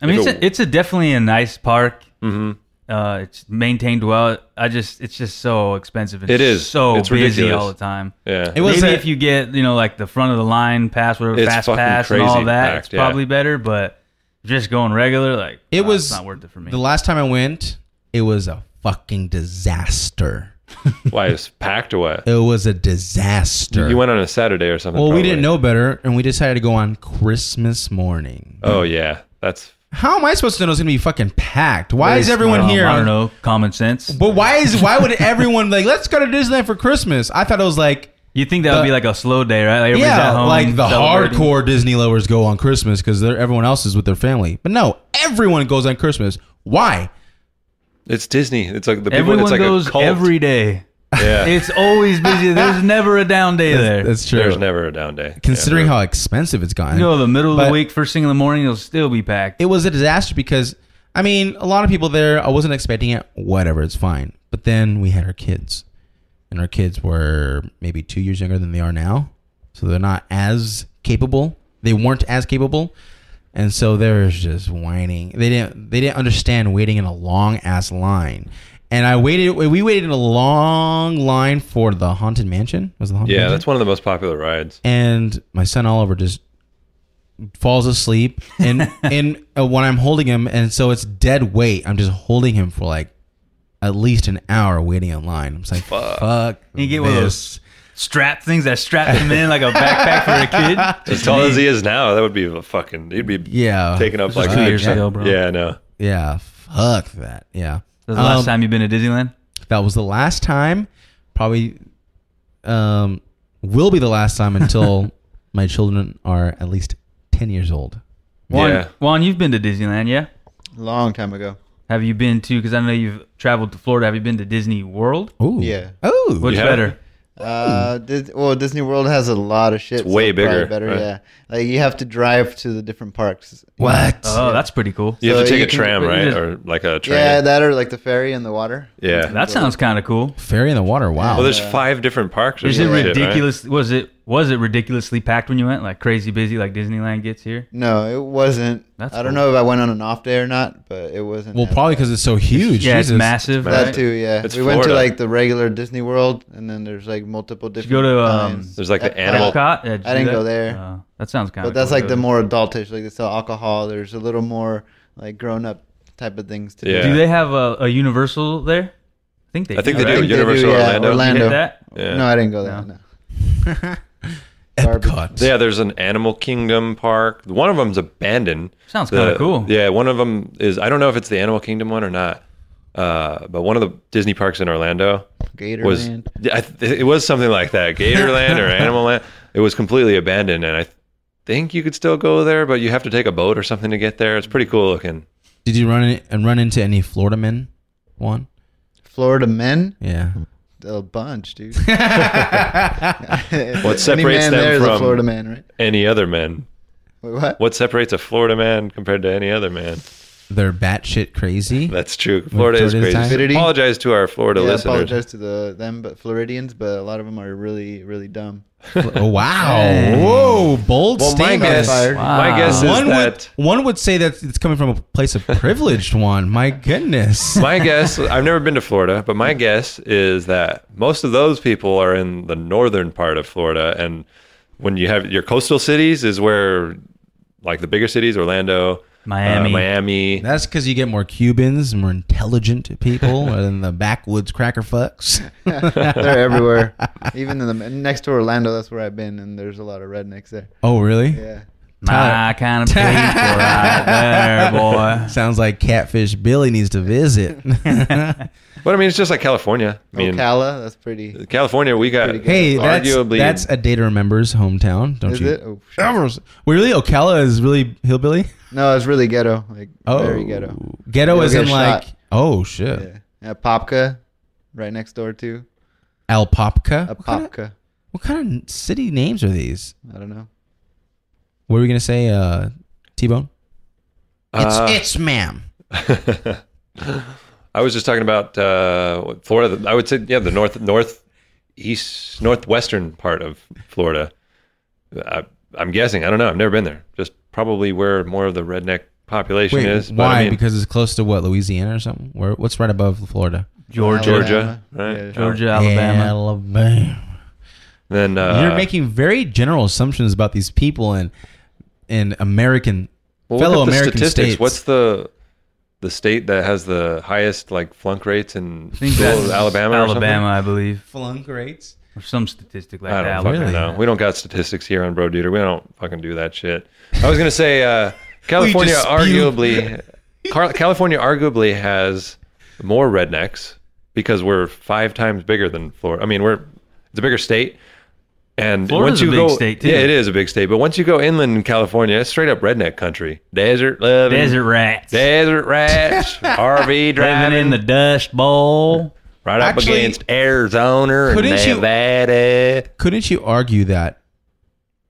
C: I mean, it's
B: Like a- Mm-hmm.
C: a, it's a definitely a nice park. Uh, it's maintained well. I just it's just so expensive. And
B: It is.
C: so
B: It's
C: busy
B: ridiculous.
C: all the time.
B: Yeah.
A: It was
C: [laughs] Maybe
A: a-
C: if you get you know like the front of the line pass, whatever
B: It's
C: fast
B: fucking
C: pass and all
B: crazy
C: that,
B: packed,
C: it's
B: yeah.
C: probably better. But just going regular, like
A: It
C: nah,
A: was
C: it's not worth it for
A: [laughs]
C: me.
A: The last time I went, it was a fucking disaster.
B: Why it's packed or what?
A: It was a disaster.
B: You went on a Saturday or something.
A: well, we
B: probably.
A: didn't know better, and we decided to go on Christmas morning.
B: Oh yeah, that's
A: How am I supposed to know it's gonna be fucking packed? Why is
C: Based
A: everyone
C: on,
A: here?
C: I
A: on-
C: don't know. Common sense.
A: But why is why would everyone like let's go to Disneyland for Christmas? I thought it was like
C: You think that would be like a slow day, right? Like everybody's
A: yeah,
C: at home
A: like the
C: celebrating.
A: hardcore Disney lovers go on Christmas because everyone else is with their family. But no, everyone goes on Christmas. Why?
B: it's Disney. It's like the people.
C: Everyone
B: it's like
C: goes
B: a cult.
C: every day.
B: Yeah.
C: It's always
A: [laughs]
C: busy. There's never a down day there.
A: That's true.
B: There's never a down day.
A: Considering how expensive it's gotten,
C: you know, the middle of
A: But-
C: the week, first thing in the morning, it'll still be packed.
A: it was a disaster because I mean, a lot of people there. I wasn't expecting it. Whatever, it's fine. But then we had our kids, and our kids were maybe two years younger than they are now, so they're not as capable. They weren't as capable, and so they were just whining. They didn't. They didn't understand waiting in a long ass line. And I waited. We waited in a long line for the haunted mansion. Was it the haunted
B: Yeah,
A: mansion?
B: that's one of the most popular rides.
A: and my son Oliver just falls asleep
C: [laughs]
A: and and uh, when I'm holding him and so it's dead weight I'm just holding him for like at least an hour waiting in line I'm just like fuck,
C: You get one of
A: this.
C: those strap things that strap them in like a
A: [laughs]
C: backpack for a kid.
B: As tall as he is now, that would be a fucking. He'd be
A: yeah
B: taken up like
C: Two years ago, bro.
B: Yeah, no.
A: yeah fuck that yeah
C: The last
A: Um,
C: time you've been to Disneyland?
A: that was the last time probably um will be the last time
C: [laughs]
A: until my children are at least 10 years old
C: Juan,
B: Yeah.
C: Juan, you've been to Disneyland, yeah?
D: Long time ago.
C: Have you been to, because I know you've traveled to Florida, have you been to Disney World?
A: oh
D: Yeah.
A: oh
C: What's
B: Yeah.
C: better?
D: Uh, Dis- well, Disney World has a lot of shit.
B: It's way
D: probably
B: bigger,
D: Better,
B: right?
D: yeah. Like you have to drive to the different parks.
A: what
C: Oh, that's pretty cool.
B: You have to
D: So
B: take
D: you
B: a
D: can-
B: tram,
C: you
B: right,
C: just-
B: or like a train.
D: Yeah, that or like the ferry and the water.
B: yeah.
C: That sounds kind of cool.
A: fairy in the water wow
B: well, there's five different parks. Or
C: Is it
B: some shit, right?
C: ridiculous? Was it was it ridiculously packed when you went? Like crazy busy, like Disneyland gets here.
D: No, it wasn't.
C: That's
D: I don't
C: cool.
D: know if I went on an off day or not, but it wasn't.
A: well
D: as-
A: probably because it's so huge
C: yeah,
A: Jesus. [laughs]
C: it's
B: massive.
C: massive. right?
D: that too. Yeah,
B: It's
D: we went to
B: Florida.
D: like the regular Disney World, and then there's like multiple
C: you
D: different.
C: go to, um,
D: kinds.
B: There's like the
D: Epcot,
B: animal-
C: Epcot? Yeah, did you
D: I
C: do
D: didn't go
C: that?
D: there.
C: Uh, that sounds kind of.
D: But that's like the more adultish. Like they sell alcohol. There's a little more like grown up type of things to
B: Yeah.
D: do.
C: Do they have a, a Universal there? I think they.
B: I think
C: do,
B: they
D: I
B: do.
D: think they
B: Universal
D: do, yeah,
B: Orlando.
C: You
D: Orlando.
C: hit that?
B: Yeah.
D: No, I didn't go there.
C: No.
D: No. Garbage.
A: Epcot.
B: Yeah, there's an Animal Kingdom park. One of them's abandoned.
C: Sounds kinda
B: The-
C: cool.
B: Uh, Yeah, one of them is. I don't know if it's the Animal Kingdom one or not. Uh, but one of the Disney parks in Orlando was
D: Gatorland.
B: yeah, I th- it was something like that,
A: [laughs]
B: Gatorland or Animal Land. It was completely abandoned, and I th- think you could still go there, but you have to take a boat or something to get there. It's pretty cool looking.
A: Did you run in, and run into any Florida men? One,
D: Florida men,
A: yeah.
D: a bunch, dude.
C: [laughs]
D: [laughs]
B: What
D: Any
B: separates
D: man
B: them
D: there is
B: from-
D: a Florida man, right?
B: Any other man?
D: Wait, what?
B: What separates a Florida man compared to any other man?
A: They're batshit
B: [laughs]
A: crazy.
B: That's true. Florida
A: Florida
B: is
A: is
B: crazy.
A: time.
D: Avidity.
B: Apologize to our Florida
D: Yeah, I
B: listeners.
D: apologize to the them, but Floridians, but a lot of them are really, really dumb.
A: oh, wow. Whoa, bold
B: Well, my
A: statement.
B: guess,
D: Fired.
B: my guess is
A: One would,
B: that
A: one would say that it's coming from a place
B: [laughs]
A: of privilege, one. My goodness.
B: my guess. I've never been to Florida, but my guess is that most of those people are in the northern part of Florida, and when you have your coastal cities, is where like the bigger cities, Orlando,
C: Miami.
B: uh, Miami.
A: That's because you get more Cubans, more intelligent people
B: [laughs]
A: than the backwoods cracker fucks.
D: [laughs] They're everywhere, even in the next to Orlando. That's where I've been, and there's a lot of rednecks there.
A: Oh, really?
D: Yeah,
C: My kind of
B: [laughs]
C: people right there, boy.
A: Sounds like Catfish Billy needs to
B: [laughs]
A: visit.
B: But I mean, it's just like California. I mean,
D: Ocala, that's pretty.
B: Uh, California, we got
D: Oh, Pretty good.
A: hey, that's,
B: Arguably-
A: that's a day to remember's hometown, don't
D: Is
A: you?
D: it? Oh, shit.
A: Almost. Really? Ocala is really hillbilly?
D: No, it's really ghetto, like
A: Oh.
D: very ghetto.
A: Ghetto
D: You'll
A: is
D: get
A: in like,
D: shot.
A: oh shit.
D: Yeah. yeah, Popka, right next door too.
A: Alpopka?
D: A
A: What kind, of,
D: Popka.
A: what kind of city names are these?
D: I don't know.
A: What are we going to say, uh, T Bone?
B: uh,
A: it's ma'am.
B: I was just talking about uh, what- Florida. I would say, yeah, the north, north, east, northwestern part of Florida. I, I'm guessing. I don't know. I've never been there. Just probably where more of the redneck population
A: Wait,
B: is. but
A: why?
B: I mean,
A: because it's close to what Louisiana or something. Where what's right above Florida?
C: Georgia,
B: Georgia,
D: Alabama.
B: right?
D: Yeah.
C: Georgia, Alabama.
A: Alabama.
B: Then uh,
A: You're making very general assumptions about these people and and American
B: well, look
A: fellow
B: at the
A: American states.
B: What's the the state that has the highest like flunk rates in
C: I think
B: school?
C: that's
B: Alabama? or something?
C: Alabama, I believe,
A: flunk rates?
C: or some statistic like
B: I
C: that.
B: don't fucking
A: Really?
B: know. We don't got statistics here on Bro Duder. We don't fucking do that shit. I was gonna say
C: [laughs]
B: uh, California
A: just
B: arguably Car- California arguably has more rednecks because we're five times bigger than Florida. I mean, we're it's a bigger state. And once
C: Florida's
B: you
C: a big
B: go,
C: state, too.
B: yeah, it is a big state. But once you go inland in California, it's straight up redneck country. Desert loving,
C: Desert rats
B: desert rats,
C: [laughs]
B: RV
C: living
B: driving,
C: in the Dust Bowl.
B: right up
A: Actually,
B: against Arizona and
A: couldn't you-
B: Nevada.
A: Couldn't you argue that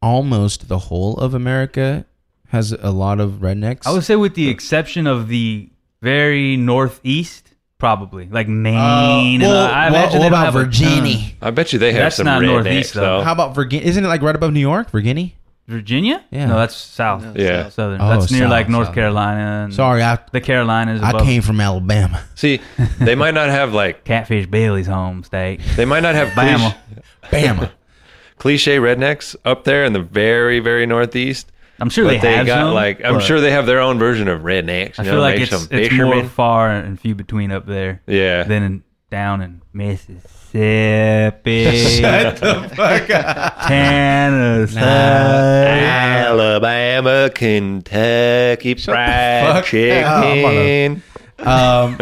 A: almost the whole of America has a lot of rednecks?
C: I would say, with the exception of the very northeast, probably like Maine. and
A: Uh, well,
C: all- I
A: what-
C: imagine
A: what
C: they don't
A: about
C: have a ton.
A: Virginia?
B: I bet you they have
C: That's
B: some
C: not
B: rednecks
C: Northeast, though.
B: though.
A: How about Virginia? Isn't it like right above New York, Virginia?
C: Mm. Virginia?
A: Yeah.
C: No, that's south.
B: Yeah.
D: South.
C: Southern.
A: Oh,
C: that's near
A: south,
C: like North
A: south.
C: Carolina. And
A: Sorry, I
C: The Carolinas.
A: I
C: above
A: came from
C: [laughs]
A: Alabama.
B: See, they might not have like
C: Catfish Bailey's home state.
B: they might not have
C: Bama.
B: cliche,
C: [laughs]
A: Bama.
B: cliche rednecks up there in the very very northeast.
C: I'm sure
B: but
C: they
B: they
C: have
B: got
C: some,
B: like I'm
C: but
B: sure they have their own version of rednecks. You
C: I
B: know,
C: feel like
B: maybe
C: it's,
B: some
C: it's more
B: fishermen.
C: far and few between up there
B: yeah.
C: than in, down in Mississippi. Shut the fuck up. Tennessee.
B: Alabama, Kentucky fried chicken.
C: [laughs]
A: Um,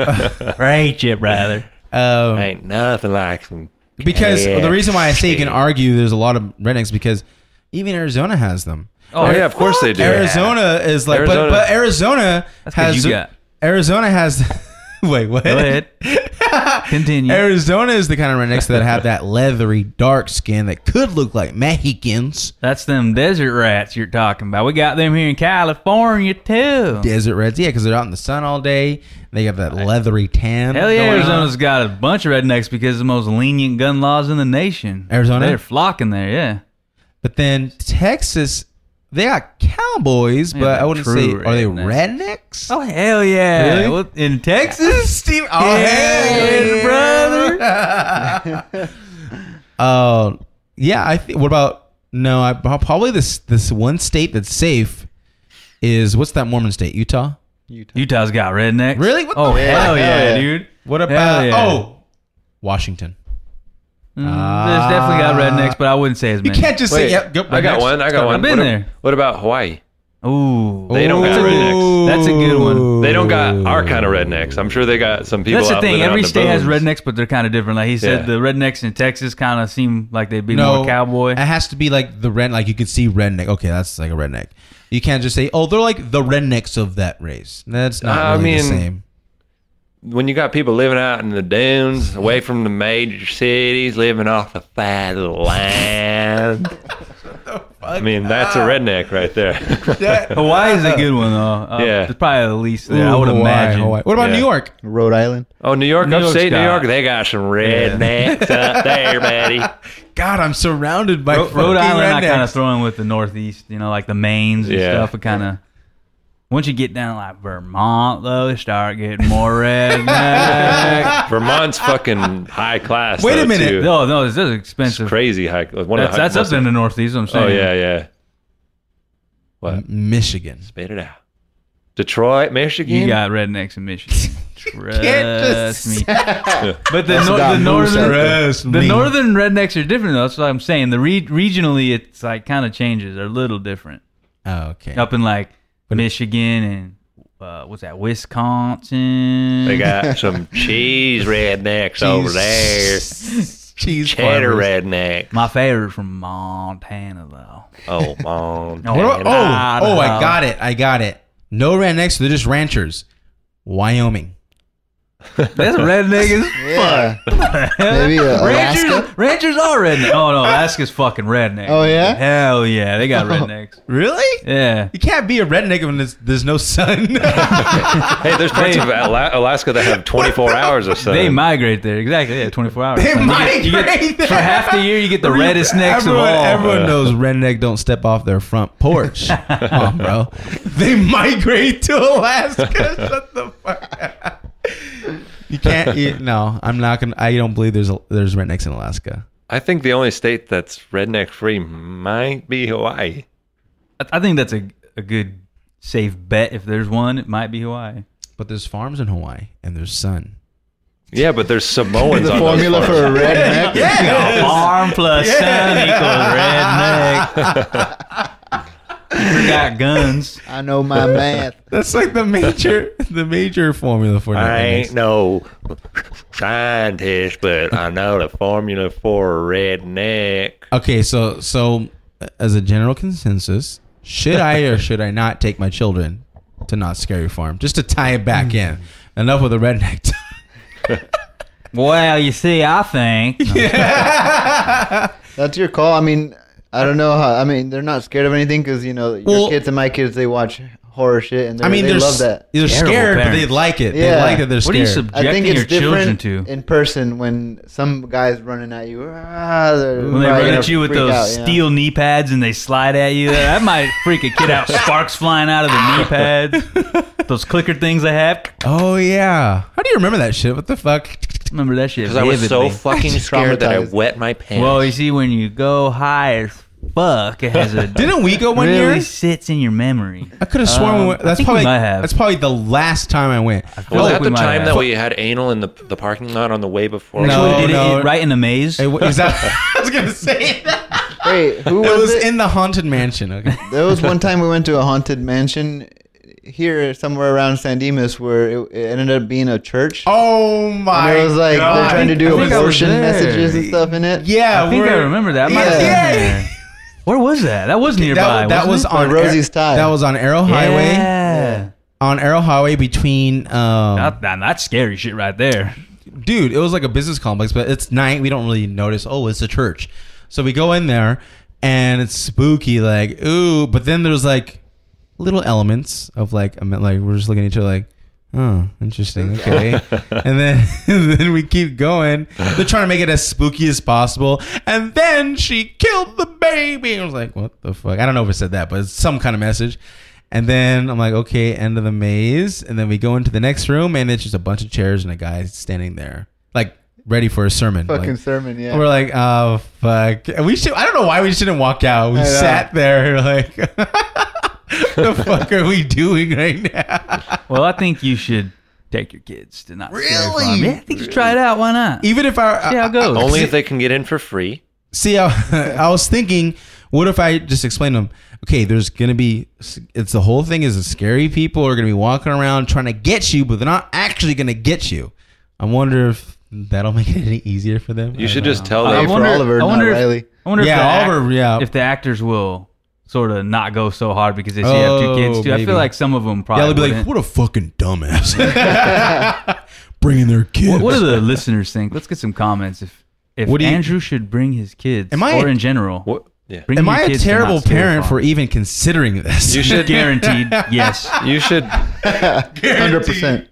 C: Right, chip, rather.
A: um,
B: Ain't nothing like some
A: because the reason why I say you can
B: KFC.
A: argue there's a lot of rednecks because even Arizona has them.
B: Oh yeah, of course they do.
A: Arizona is like, but
B: Arizona-
A: but Arizona
C: 'cause
A: has
C: you got-
A: Arizona has. [laughs] wait, what?
C: Go
A: [laughs]
C: ahead. Continue.
A: Arizona is the kind of rednecks that have
C: [laughs]
A: that leathery, dark skin that could look like Mexicans,
C: That's them desert rats you're talking about. We got them here in California too.
A: desert reds. Yeah, because they're out in the sun all day. They have that leathery tan.
C: Hell yeah,
A: going on.
C: Arizona's got a bunch of rednecks because of the most lenient gun laws in the nation.
A: Arizona?
C: They're flocking there, yeah.
A: But then Texas, they got cowboys,
C: Yeah,
A: but I
C: they're
A: wouldn't say
C: true
A: are they
C: rednecks.
A: rednecks?
C: Oh hell yeah!
A: Really?
C: What- in Texas,
A: [laughs] Steve. oh,
C: Yeah, brother.
A: [laughs] Uh, yeah. I think. What about? No, I probably this this one state that's safe is what's that Mormon state? Utah.
C: Utah's got rednecks.
A: Really? What
C: oh
A: the
C: hell
D: fuck?
C: yeah,
D: Yeah.
C: dude!
A: What
C: Hell
A: about?
C: yeah.
A: Oh, Washington.
C: Mm, there's definitely got rednecks, but I wouldn't say as
A: You
C: many.
A: can't just
B: Wait,
A: say yep. Go,
B: I got one. I got one.
C: been
B: what, a-
C: there.
B: what about Hawaii?
C: Ooh,
B: They don't
C: that's
B: got
C: a good-
B: rednecks.
C: That's a good one.
B: They don't got our kind of rednecks. I'm sure they got some people.
C: That's the
B: out
C: thing.
B: living on
C: Every
B: the
C: state has
B: boons.
C: rednecks, but they're kind of different. Like he said,
B: Yeah.
C: the rednecks in Texas kind of seem like they'd be
A: No
C: more
A: [laughs]
C: cowboy.
A: It has to be like the red. Like you can see redneck. Okay, that's like a redneck. You can't just say, "Oh, they're like the rednecks of that race." That's not
B: I
A: really the
B: mean, [laughs]
A: same.
B: when you got people living out in the dunes, away from the major cities, living off the fat of the
C: [laughs]
B: land. I mean, that's a redneck right there.
C: [laughs]
A: [laughs]
C: Hawaii is a good one though. Uh,
B: Yeah.
C: it's probably the least there. I would
A: Ooh, Hawaii,
C: imagine.
A: Hawaii. What about
B: Yeah.
A: New York?
D: Rhode Island.
B: [laughs] oh, New York,
C: New York's
B: upstate New
C: got-
B: York, they got some rednecks
C: [laughs]
B: up there, buddy.
A: God, I'm surrounded by
C: Ro-
A: fucking
C: Rhode Island, I kind
A: rednecks.
C: of throw in with the Northeast, you know, like the Maines and
B: Yeah.
C: stuff. It kind of once you get down like Vermont, though, it start getting more redneck.
B: Vermont's fucking high
A: [laughs]
B: class.
A: Wait a
B: though,
A: minute.
B: too.
C: no, no, this is
B: It's
C: expensive.
B: crazy high. One
C: That's,
B: of the high,
C: that's up there in the Northeast. I'm saying.
B: Oh yeah, yeah. What?
A: Michigan.
B: Spit it out. Detroit, Michigan.
C: You got rednecks
A: [laughs]
C: in Michigan. Trust
A: just
B: [laughs]
C: me. but the,
D: That's
C: nor-
D: about
C: the
D: moose
C: northern
D: out there.
A: Trust
C: the
A: me.
C: northern rednecks are different though. That's what I'm saying. The re- regionally, it's like kind of changes. They're a little different.
A: Oh, okay.
C: up in like Michigan and uh, what's that, Wisconsin.
B: They got some cheese rednecks over there.
A: [laughs] Cheese
B: Cheddar
A: farmers.
B: redneck.
C: my favorite from Montana though.
B: Oh, mom.
C: No,
A: What
C: Montana.
A: about- oh, oh, I got it. I got it. No rednecks. They're just ranchers. Wyoming.
C: That's redneck as
A: [laughs]
D: Yeah. Maybe uh, Alaska.
C: Ranchers, ranchers are redneck. Oh no, Alaska's fucking redneck.
D: Oh, yeah?
C: Hell yeah, they
D: [laughs]
C: got rednecks.
A: Really?
C: Yeah.
A: You can't be a redneck when there's, there's no
C: [laughs]
A: sun.
B: Hey, there's parts of Ala- Alaska that have 24
C: [laughs]
B: hours or so.
C: They migrate there exactly. Yeah, twenty four hours.
A: Uh, They
C: You get- you get-
A: migrate there.
C: for half the year. You get the
A: Re-
C: reddest necks
A: [laughs]
C: of
A: everyone,
C: all.
A: Everyone knows redneck don't step off their front
C: [laughs]
A: porch. Come on, bro. They migrate to Alaska. [laughs] Shut the fuck up. You can't. You, no, I'm not gonna. I don't believe there's a, there's rednecks in Alaska.
B: I think the only state that's redneck free might be Hawaii.
C: I- I think that's a a good safe bet. If there's one, it might be Hawaii.
A: But there's farms in Hawaii and there's sun.
B: Yeah, but there's Samoans
D: The
B: on
D: formula
B: those
D: for
B: farms.
D: a redneck.
C: Arm plus sun equals redneck. you forgot guns.
D: I know my math.
A: That's like the major [laughs] the major formula for
B: I
A: rednecks.
B: ain't no scientist, but I know the formula for a redneck.
A: Okay, so so as a general consensus, should I
C: [laughs]
A: or should I not take my children to Not Scary Farm? Just to tie it back in.
C: Hmm.
A: Enough with the redneck. [laughs] talk.
C: Well, you see, I think
D: That's your call. I mean, I don't know how. I mean, they're not scared of anything because you know your
A: Well-
D: kids and my kids they watch horror shit and
A: I mean,
D: they
A: they're
D: love
A: s-
D: that.
A: They're
C: Terrible
A: scared, but they
C: parents.
A: like it. They
D: Yeah.
A: like that they're
C: What
A: scared.
C: are you sub-
D: I think
C: Subjecting
D: it's
C: your children
D: different
C: to-
D: in person when some guy's running at you. Ah, they're
C: when they
D: probably
C: run
D: gonna
C: at you with
D: freak
C: those
D: out, you know?
C: steel knee pads and they slide at you, that might freak a kid out. Sparks flying out of the knee pads. Those clicker things they have.
A: [laughs] oh yeah. How do you remember that shit? What the fuck?
C: Remember that shit?
B: Because I was so
C: vividly.
B: fucking
D: Just
B: scared that I
D: traumatized.
B: wet my pants.
C: Well, you see, when you go high as fuck, it has a
A: Didn't we go one
C: really
A: year?
C: sits in your memory.
A: I could have sworn we
C: Um,
A: went.
C: I
A: That's
C: think we
A: probably
C: might have.
A: that's probably the last time I went.
C: feel
B: was
C: like
B: that
C: we
B: the
C: might
B: time
C: have.
B: that we had anal in the the parking lot on the way before?
A: No,
C: Actually, did
A: no.
C: it right in the maze?
A: Hey, what- is that? [laughs] I was gonna say that.
D: Wait,
C: [laughs]
D: who
A: It
D: was,
A: was
D: it?
A: in the haunted mansion. Okay.
D: there was one time we went to a haunted mansion here somewhere around San Dimas where it, it ended up being a church.
A: Oh my!
D: and it was like
A: God.
D: they're trying to
C: I
D: do
C: think I was
D: abortion
C: there.
D: messages and stuff in it.
A: Yeah,
C: I think I
A: we're-
C: remember that. I might have
D: Yeah.
C: been there. [laughs] Where was that? That was nearby.
A: That, that was
C: wasn't
A: on
D: By Rosie's Tide.
A: That was on Arrow
C: it?
A: Highway.
C: Yeah.
A: On Arrow Highway between, um,
C: That, that- that's scary shit right there.
A: dude, it was like a business complex, but it's night. We don't really notice. Oh, it's a church. So we go in there, and it's spooky. Like ooh, but then there's like little elements of like I mean, like we're just looking at each other like. Oh, interesting. Okay, and then [laughs] and then we keep going. They're trying to make it as spooky as possible, and then she killed the baby. I was like, "What the fuck?" I don't know if it said that, but it's some kind of message. And then I'm like, "Okay, end of the maze." And then we go into the next room, and it's just a bunch of chairs and a guy standing there, like ready for a sermon.
D: fucking
A: Like,
D: sermon. Yeah,
A: We're like, "Oh fuck!" And we should. I don't know why we shouldn't walk out. We
D: I know.
A: sat there [laughs] like, "The fuck are we doing right now?"
C: Well, I think you should take your kids to not scary
A: Really?
C: farm. Yeah, I think you should try it out. Why not?
A: Even if I uh,
C: See how it goes.
B: Only if they can get in for free.
A: See, I, [laughs] I was thinking, what if I just explained to them? Okay, there's gonna be it's the whole thing is the scary people are gonna be walking around trying to get you, but they're not actually gonna get you. I wonder if that'll make [laughs] it any easier for them.
B: You should just tell
D: I
B: them.
D: for Oliver, not
C: wonder if-
D: Riley.
C: I wonder
A: Yeah,
C: if, the
A: Oliver, yeah.
C: if the actors will sort of not go so hard because they see you have two
A: Oh,
C: kids too. I
A: maybe.
C: feel like some of them
A: yeah,
C: probably
A: they'll be like,
C: wouldn't.
A: what a fucking dumbass, [laughs] bringing their kids.
C: what, what do the listeners think? Let's get some comments. If if
A: What do you-
C: Andrew should bring his kids,
A: Am I-
C: or in general,
B: What? Yeah.
C: bring
A: Am
C: your
A: I a
C: kids to Knott's
A: terrible
C: Dairy
A: parent
C: Farm.
A: for even considering this? [laughs]
B: You should
C: [laughs] guaranteed? yes.
B: You should
D: hundred percent.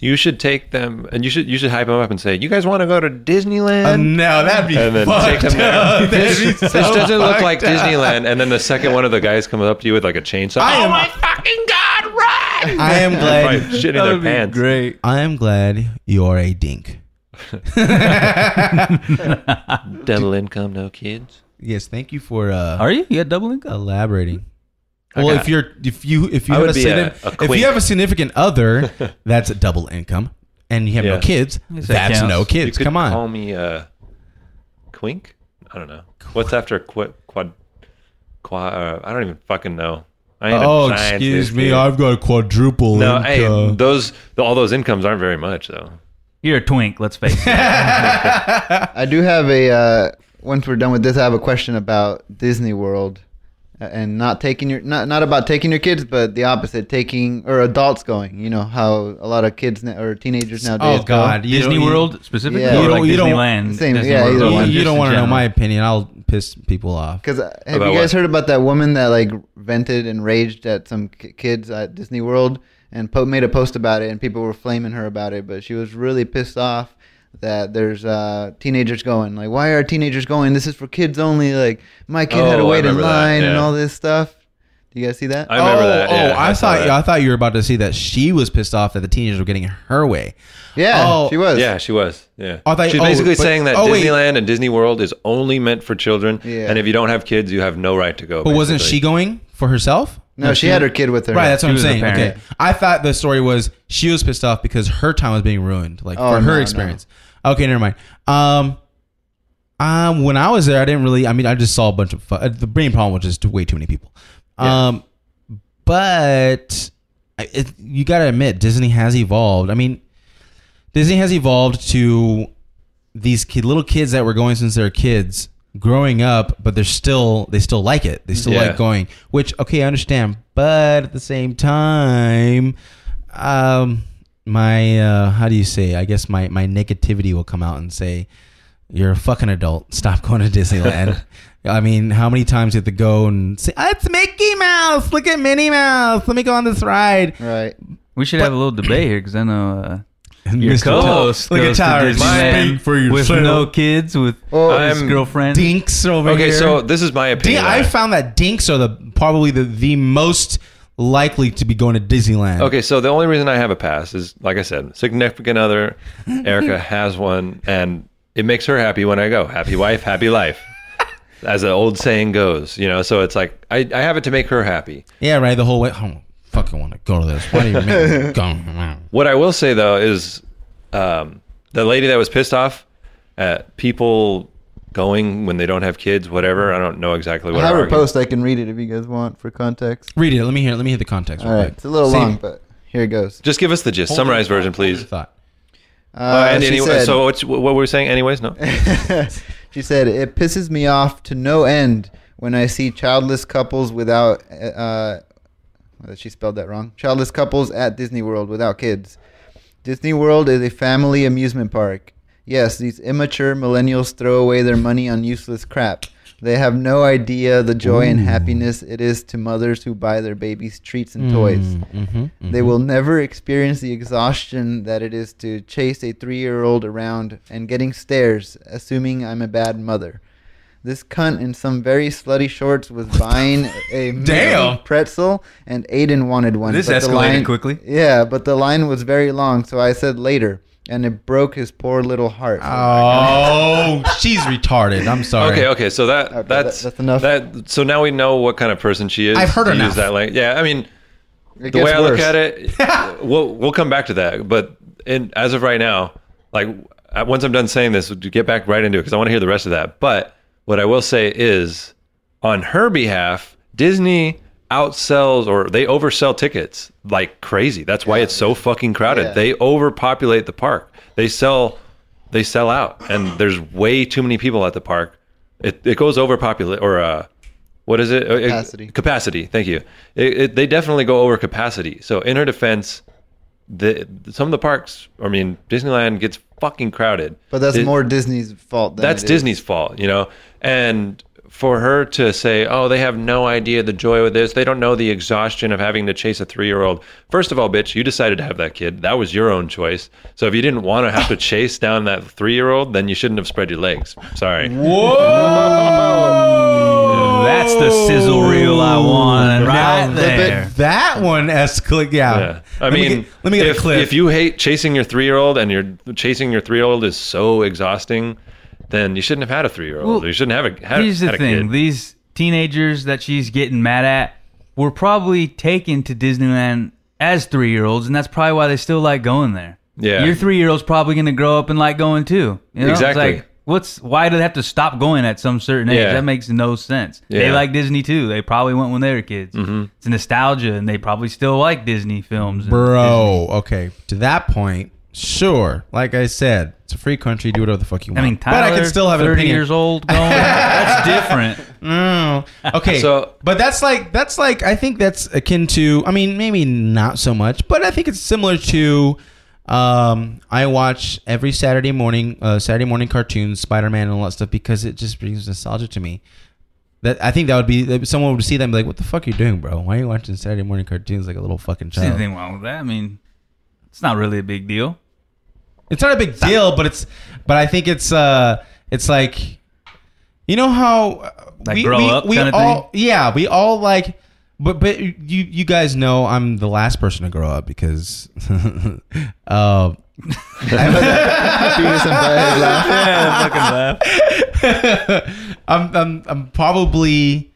B: you should take them and you should you should hype them up and say, "You guys want to go to
A: Uh,
B: Disneyland?"
A: no, that'd be
B: and then
A: fucked
B: take them there.
A: up. That'd
B: [laughs] This,
A: be
B: this
A: so
B: doesn't look
A: fucked
B: like
A: up.
B: Disneyland. And then the second one of the guys comes up to you with like a chainsaw.
A: I am-
B: oh my fucking god, run!
A: I am glad
B: Probably shitting
C: That
B: their
C: would be
B: pants.
C: great.
A: I am glad you're a dink.
B: Double income, no kids.
A: Yes, thank you for uh,
C: Are you? You had double income.
A: elaborating.
B: I
A: Well,
B: got-
A: if you're if you if you
B: I
A: have a,
B: would be
A: signi-
B: a- a
A: if
B: queen.
A: you have a significant other
B: [laughs]
A: that's a double income and you have no
B: Yeah.
A: kids,
C: Yes, that
A: that's
C: counts.
A: no
C: You
A: kids.
B: you could
A: Come on.
B: Call me uh, Quink. I don't know. What's after qu- quad? Quad? Uh, I don't even fucking know. I ain't a
A: oh,
B: scientist,
A: excuse me, uh,
B: dude.
A: I've got a quadruple
B: no, hey,
A: income.
B: those all those incomes aren't very much though.
C: You're a twink. Let's [laughs] face it.
D: I do have a. Uh, once we're done with this, I have a question about Disney World and not taking your not not about taking your kids, but the opposite, taking or adults going. You know how a lot of kids now, or teenagers nowadays.
A: Oh God, you
C: Disney
A: don't- you-
C: World specifically,
D: Yeah.
C: or
D: You
C: like
A: don't- you don't-
C: Disneyland.
D: Same,
C: Disney
D: yeah,
C: World?
D: either
A: You,
D: one.
A: you
C: Just
A: don't
C: in
A: want to know
C: general.
A: my opinion. I'll piss people off.
D: Because uh, have
B: About
D: you guys
B: what?
D: heard about that woman that like vented and raged at some k- kids at Disney World and po- made a post about it, and people were flaming her about it, but she was really pissed off that there's uh, teenagers going like, why are teenagers going? This is for kids only. Like my kid had to
B: Oh, I
D: wait in
B: remember that,
D: line and
B: yeah.
D: all this stuff. Do you guys see that?
B: I remember that.
A: Oh,
B: yeah,
A: I,
B: saw
A: thought
B: that.
A: I thought you were about to say that she was pissed off that the teenagers were getting her way.
D: yeah,
A: oh,
D: she was.
B: Yeah, she was. Yeah.
A: I thought-
B: She's
A: oh,
B: basically
A: but-
B: saying that
A: oh, wait.
B: Disneyland and Disney World is only meant for children.
D: Yeah.
B: And if you don't have kids, you have no right to go.
A: But wasn't
B: basically.
A: she going for herself?
D: No, she had her kid with her.
A: Right, that's what
C: She
A: I'm
C: was the
A: saying.
C: parent.
A: Okay, I thought the story was she was pissed off because her time was being ruined, like
D: Oh,
A: for
D: no,
A: her
D: no.
A: experience. Okay, never mind. Um, um, when I was there, I didn't really. I mean, I just saw a bunch of fu- uh, the main problem was just way too many people. Um, but I- it, you got to admit, Disney has evolved. I mean, Disney has evolved to these kid, little kids that were going since they were kids growing up, but they're still they still like it. They still
B: Yeah.
A: like going. Which okay, I understand, but at the same time, um, my uh, how do you say? I guess my my negativity will come out and say, "You're a fucking adult. Stop [laughs] going to Disneyland." I mean, how many times do you have to go and say, "Oh, "It's Mickey Mouse. Look at Minnie Mouse. Let me go on this ride."
D: Right.
C: We should have a little debate here because I know uh,
A: And
C: your
A: Mr.
C: co-host
A: Look at
C: goes to
A: Tyler.
C: Disneyland
A: Speak for yourself.
C: with no kids, with
D: Well,
C: his
B: I'm-
C: girlfriend.
A: Dinks over
B: Okay,
A: here.
B: so this is my
A: Di-
B: opinion.
A: I found that dinks are the probably the, the most likely to be going to Disneyland.
B: Okay, so the only reason I have a pass is, like I said, significant other. Erica has one, and it makes her happy when I go. Happy wife, happy life, as the old saying goes. You know, so it's like I, I have it to make her happy.
A: Yeah, right. The whole way. I don't fucking want to go to this. Why do you make
B: [laughs]
A: me go?
B: What I will say though is, um, the lady that was pissed off at people going when they don't have kids, whatever. I don't know exactly
D: I
B: what.
D: have
B: her
D: her
B: argument-
D: post. I can read it if you guys want for context.
A: Read it. Let me hear. Let me hear the context.
D: All
A: real
D: right.
A: quick.
D: It's a little
A: Same
D: long, but here it goes.
B: Just give us the gist, summarized version, please.
A: Thought.
B: Oh,
D: Uh,
B: and
D: she
B: anyway,
D: said-
B: so what's, what were we saying? Anyways,
D: [laughs]
B: no.
D: she said, "It pisses me off to no end when I see childless couples without." Uh, uh, she spelled that wrong. Childless couples at Disney World without kids. Disney World is a family amusement park. Yes, these immature millennials throw away their money on useless crap. They have no idea the joy and happiness it is to mothers who buy their babies treats and toys.
A: Mm. Mm-hmm,
D: They will never experience the exhaustion that it is to chase a three year old around and getting stares, assuming I'm a bad mother. This cunt in some very slutty shorts was buying a
A: Damn.
D: pretzel, and Aiden wanted one.
C: This
D: but the
C: escalated
D: line-
C: quickly.
D: Yeah, but the line was very long, so I said later, and it broke his poor little heart.
A: Oh, she's retarded. I'm sorry.
B: Okay, okay. So that
D: Okay,
B: that's
D: that- that's enough.
B: That so now we know what kind of person she is.
A: I've heard
B: to
A: enough.
B: Use that like yeah. I mean,
D: It
B: the way
D: gets
B: I look
D: worse.
B: at
D: [laughs]
B: it, we'll we'll come back to that. But in as of right now, like uh, once I'm done saying this, to get back right into it because I want to hear the rest of that. But what I will say is, on her behalf, Disney outsells or they oversell tickets like crazy. That's why it's so fucking crowded.
D: Yeah.
B: They overpopulate the park. They sell they sell out and there's way too many people at the park. It it goes overpopulate or uh what is it? Uh, it-
D: Capacity.
B: capacity. Thank you. It, it, they definitely go over capacity. So in her defense, the some of the parks, I mean Disneyland gets fucking crowded.
D: But that's
B: It-
D: more Disney's fault. Than
B: that's
D: it is. [laughs]
B: Disney's fault, you know. And for her to say, "Oh, they have no idea the joy of this. They don't know the exhaustion of having to chase a three-year-old." First of all, bitch, you decided to have that kid. That was your own choice. So if you didn't want to [laughs] have to chase down that three-year-old, then you shouldn't have spread your legs. Sorry.
C: That's the sizzle reel I
A: Oh.
C: want right there.
A: That one escalated. Yeah.
B: Yeah. I
A: Let me
B: mean,
A: get- let me get
B: if,
A: a clip.
B: If you hate chasing your three-year-old and you're chasing your three-year-old is so exhausting, then you shouldn't have had a three-year-old.
C: Well,
B: you shouldn't have a had,
C: Here's
B: had
C: the
B: a
C: thing:
B: kid.
C: these teenagers that she's getting mad at were probably taken to Disneyland as three-year-olds, and that's probably why they still like going there.
B: Yeah.
C: your three-year-old's probably gonna grow up and like going too. You know? It's
B: Exactly.
C: like, what's why do they have to stop going at some certain age?
B: Yeah.
C: That makes no sense. They
B: Yeah. Mm-hmm.
C: like Disney too. They probably went when they were kids. It's nostalgia, and they probably still like Disney films. and
A: Bro, okay. To that point, Sure, like I said, it's a free country. Do whatever the fuck you
C: I
A: want.
C: mean, Tyler,
A: but I can still have an
C: thirty
A: opinion.
C: years old going.
A: [laughs]
C: That's different.
A: Mm. Okay.
B: So-
A: So, but that's like that's like I think that's akin to. I mean, maybe not so much, but I think it's similar to. Um, I watch every Saturday morning, uh, Saturday morning cartoons, Spider Man, and all that stuff because it just brings nostalgia to me. That I think that would be that someone would see that and be like, "What the fuck are you doing, bro? Why are you watching Saturday morning cartoons like a little fucking
C: There's
A: child?"
C: anything wrong with that? I mean, it's not really a big deal.
A: It's not a big deal, but it's but I think it's uh it's like you know how uh,
C: Like grow up kinda
A: all yeah we all like but but you you guys know I'm the last person to grow up because [laughs] uh,
D: Penis and butt laugh.
B: [laughs]
A: I'm I'm I'm probably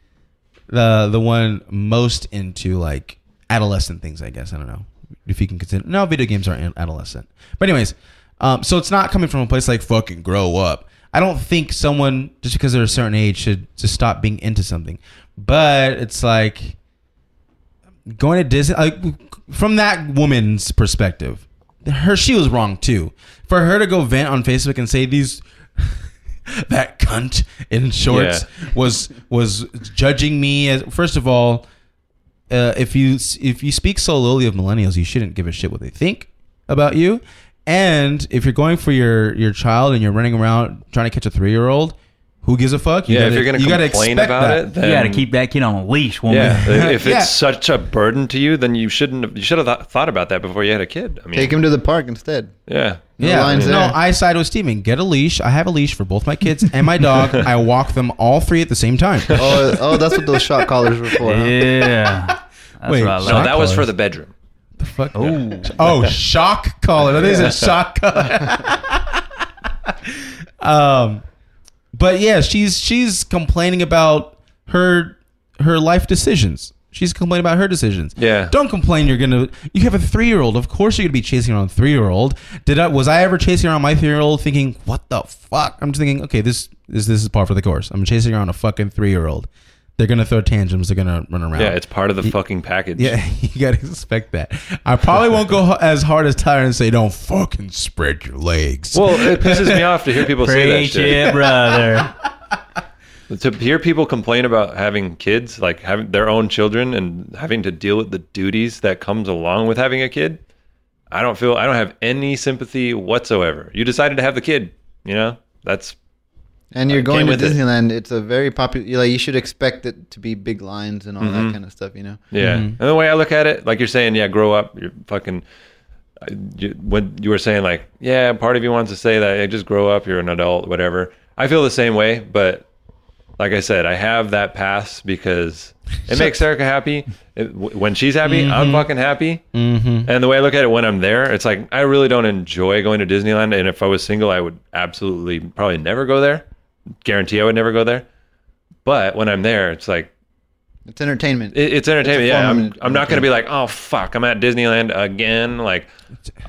A: the the one most into like adolescent things. I guess I don't know if you can consider. No, video games are not adolescent. But anyways, um, so it's not coming from a place like fucking grow up. I don't think someone just because they're a certain age should just stop being into something. But it's like going to Disney like from that woman's perspective. Her she was wrong too. For her to go vent on Facebook and say these [laughs] that cunt in shorts was was judging me as first of all uh, if you if you speak so lowly of millennials, you shouldn't give a shit what they think about you. And if you're going for your your child and you're running around trying to catch a three year old, who gives a fuck? You
B: yeah, if
A: gotta-
B: you're going
A: you
B: to
A: gotta
B: complain
A: expect
B: about
A: that.
B: it, then
C: you got to keep that kid on a leash, woman. [laughs]
B: Yeah,
A: [laughs]
B: if it's
A: Yeah.
B: such a burden to you, then you shouldn't. Have, you should have th- thought about that before you had a kid. I mean,
D: Take him to the park instead.
B: yeah,
D: No
A: yeah,
D: lines
A: no,
D: there.
A: I side with Steven. Get a leash. I have a leash for both my kids and my
D: [laughs]
A: dog. I walk them all three at the same time.
D: Oh, oh, that's what those shot collars were for. Huh?
C: Yeah. That's
A: Wait,
C: what I
A: so
B: No,
C: like.
B: that was for
A: colours.
B: the bedroom.
A: The fuck? [laughs] Oh, shock collar. That is a shock collar. [laughs] um, but yeah, she's she's complaining about her her life decisions. She's complaining about her decisions.
B: Yeah.
A: Don't complain. You're gonna. You have a three year old. Of course you're gonna be chasing around a three year old. Did I was I ever chasing around my three year old thinking what the fuck? I'm just thinking okay this is this is par for the course. I'm chasing around a fucking three year old. They're gonna throw tantrums. They're gonna run around.
B: Yeah, it's part of the fucking package.
A: Oh. Yeah, [laughs] you gotta expect that. I probably won't go h- as hard as Tyron and say, "Don't fucking spread your legs."
B: Well, it pisses me off to hear people say that
C: Preach
B: shit.
C: it, brother.
B: To hear people complain about having kids, like having their own children and having to deal with the duties that comes along with having a kid, I don't feel I don't have any sympathy whatsoever. You decided to have the kid, you know? That's
D: And you're
B: came
D: going to
B: with it.
D: Disneyland. It's a very popular. Like you should expect it to be big lines and all
B: Mm-hmm.
D: that kind of stuff. You know.
B: yeah. And the way I look at it, like you're saying, yeah, grow up, you're fucking I- you, when you were saying like, yeah, part of you wants to say that, yeah, just grow up, you're an adult, whatever. I feel the same way, but like I said, I have that pass because it makes Erica happy. It, w- when she's happy, I'm fucking happy. Mm-hmm. And the way I look at it when I'm there, it's like I really don't enjoy going to Disneyland. And if I was single, I would absolutely probably never go there. Guarantee I would never go there. But when I'm there, it's like
D: It's entertainment.
B: it, it's entertainment.
D: It's a
B: yeah,
D: form
B: I'm,
D: of
B: I'm not gonna be like, oh fuck, I'm at Disneyland again. Like,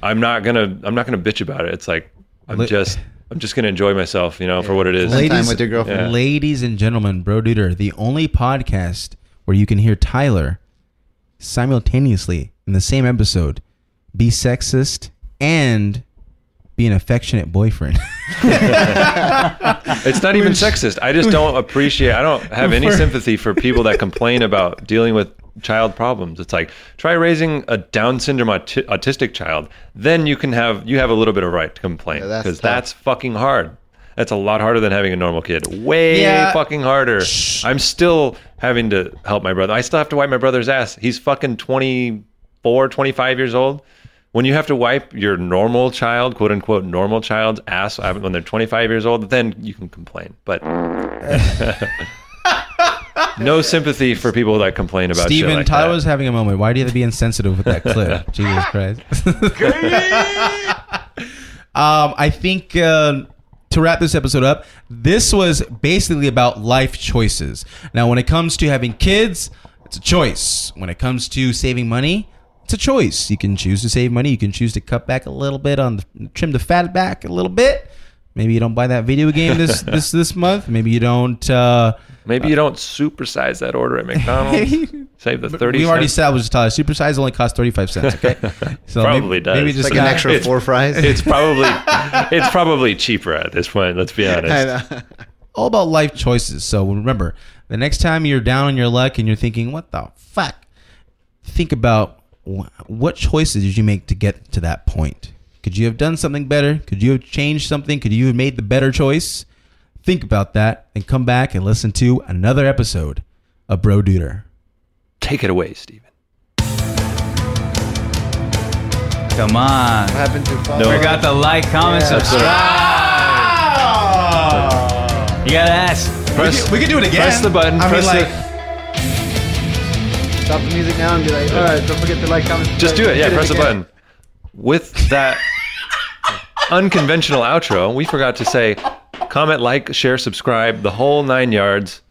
B: I'm not gonna I'm not gonna bitch about it. It's like I'm
A: Li-
B: just I'm just gonna enjoy myself, you know, for what it is.
D: Late-
A: ladies,
D: time with your girlfriend.
B: Yeah.
A: ladies and gentlemen, Bro Duder, the only podcast where you can hear Tyler simultaneously in the same episode be sexist and be an affectionate boyfriend. [laughs]
B: It's not even sexist. I just don't appreciate. I don't have any sympathy for people that
D: [laughs]
B: complain about dealing with child problems. It's like try raising a Down syndrome auti- autistic child, then you can have you have a little bit of right to complain
D: Yeah, that's
B: because
D: tough.
B: that's fucking hard. That's a lot harder than having a normal kid. Way
A: Yeah.
B: fucking harder. I'm still having to help my brother. I still have to wipe my brother's ass. He's fucking 24, 25 years old. When you have to wipe your normal child, quote unquote, normal child's ass uh, when they're 25 years old, then you can complain. But [laughs] no sympathy for people that complain about shit
A: Steven,
B: like
A: Tyler
B: that.
A: was having a moment. Why do you have to be insensitive with that clip?
B: [laughs]
A: Jesus Christ. [laughs] um, I think uh, to wrap this episode up, this was basically about life choices. Now, when it comes to having kids, it's a choice. When it comes to saving money, it's a choice. You can choose to save money. You can choose to cut back a little bit on the, trim the fat back a little bit. Maybe you don't buy that video game this
B: [laughs]
A: this this month. Maybe you don't. Uh, [laughs]
B: Maybe you don't supersize that order at McDonald's. Save the
A: But
B: thirty.
A: We've already
B: cents.
A: established, Tyler. Super size only costs thirty five cents.
B: [laughs]
A: Okay, so
B: Probably
A: maybe,
B: does.
A: Maybe just
D: like an
A: not-
D: extra
B: It's-
D: four fries.
B: It's [laughs] probably it's probably cheaper at this point. Let's be honest.
D: [laughs] I know.
A: all about life choices. So remember, the next time you're down on your luck and you're thinking, "What the fuck," think about wh- what choices did you make to get to that point. Could you have done something better? Could you have changed something? Could you have made the better choice? Think about that and come back and listen to another episode of Bro Duder.
B: Take it away, Steven.
C: Come on.
D: What happened to five?
C: Forgot to like, comment,
D: Yeah.
C: subscribe. You gotta ask.
B: Press,
A: We can do it again.
B: press the button.
A: I
B: press
A: mean,
B: the-
A: like,
D: Stop the music now and be like, all right, don't forget to like, comment.
B: just do it. Yeah,
D: Hit
B: press the
D: again.
B: button. With that unconventional outro, we forgot to say comment, like, share, subscribe, the whole nine yards.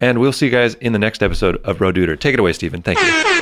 B: And we'll see you guys in the next episode of Bro Duder. Take it away, Steven. Thank you.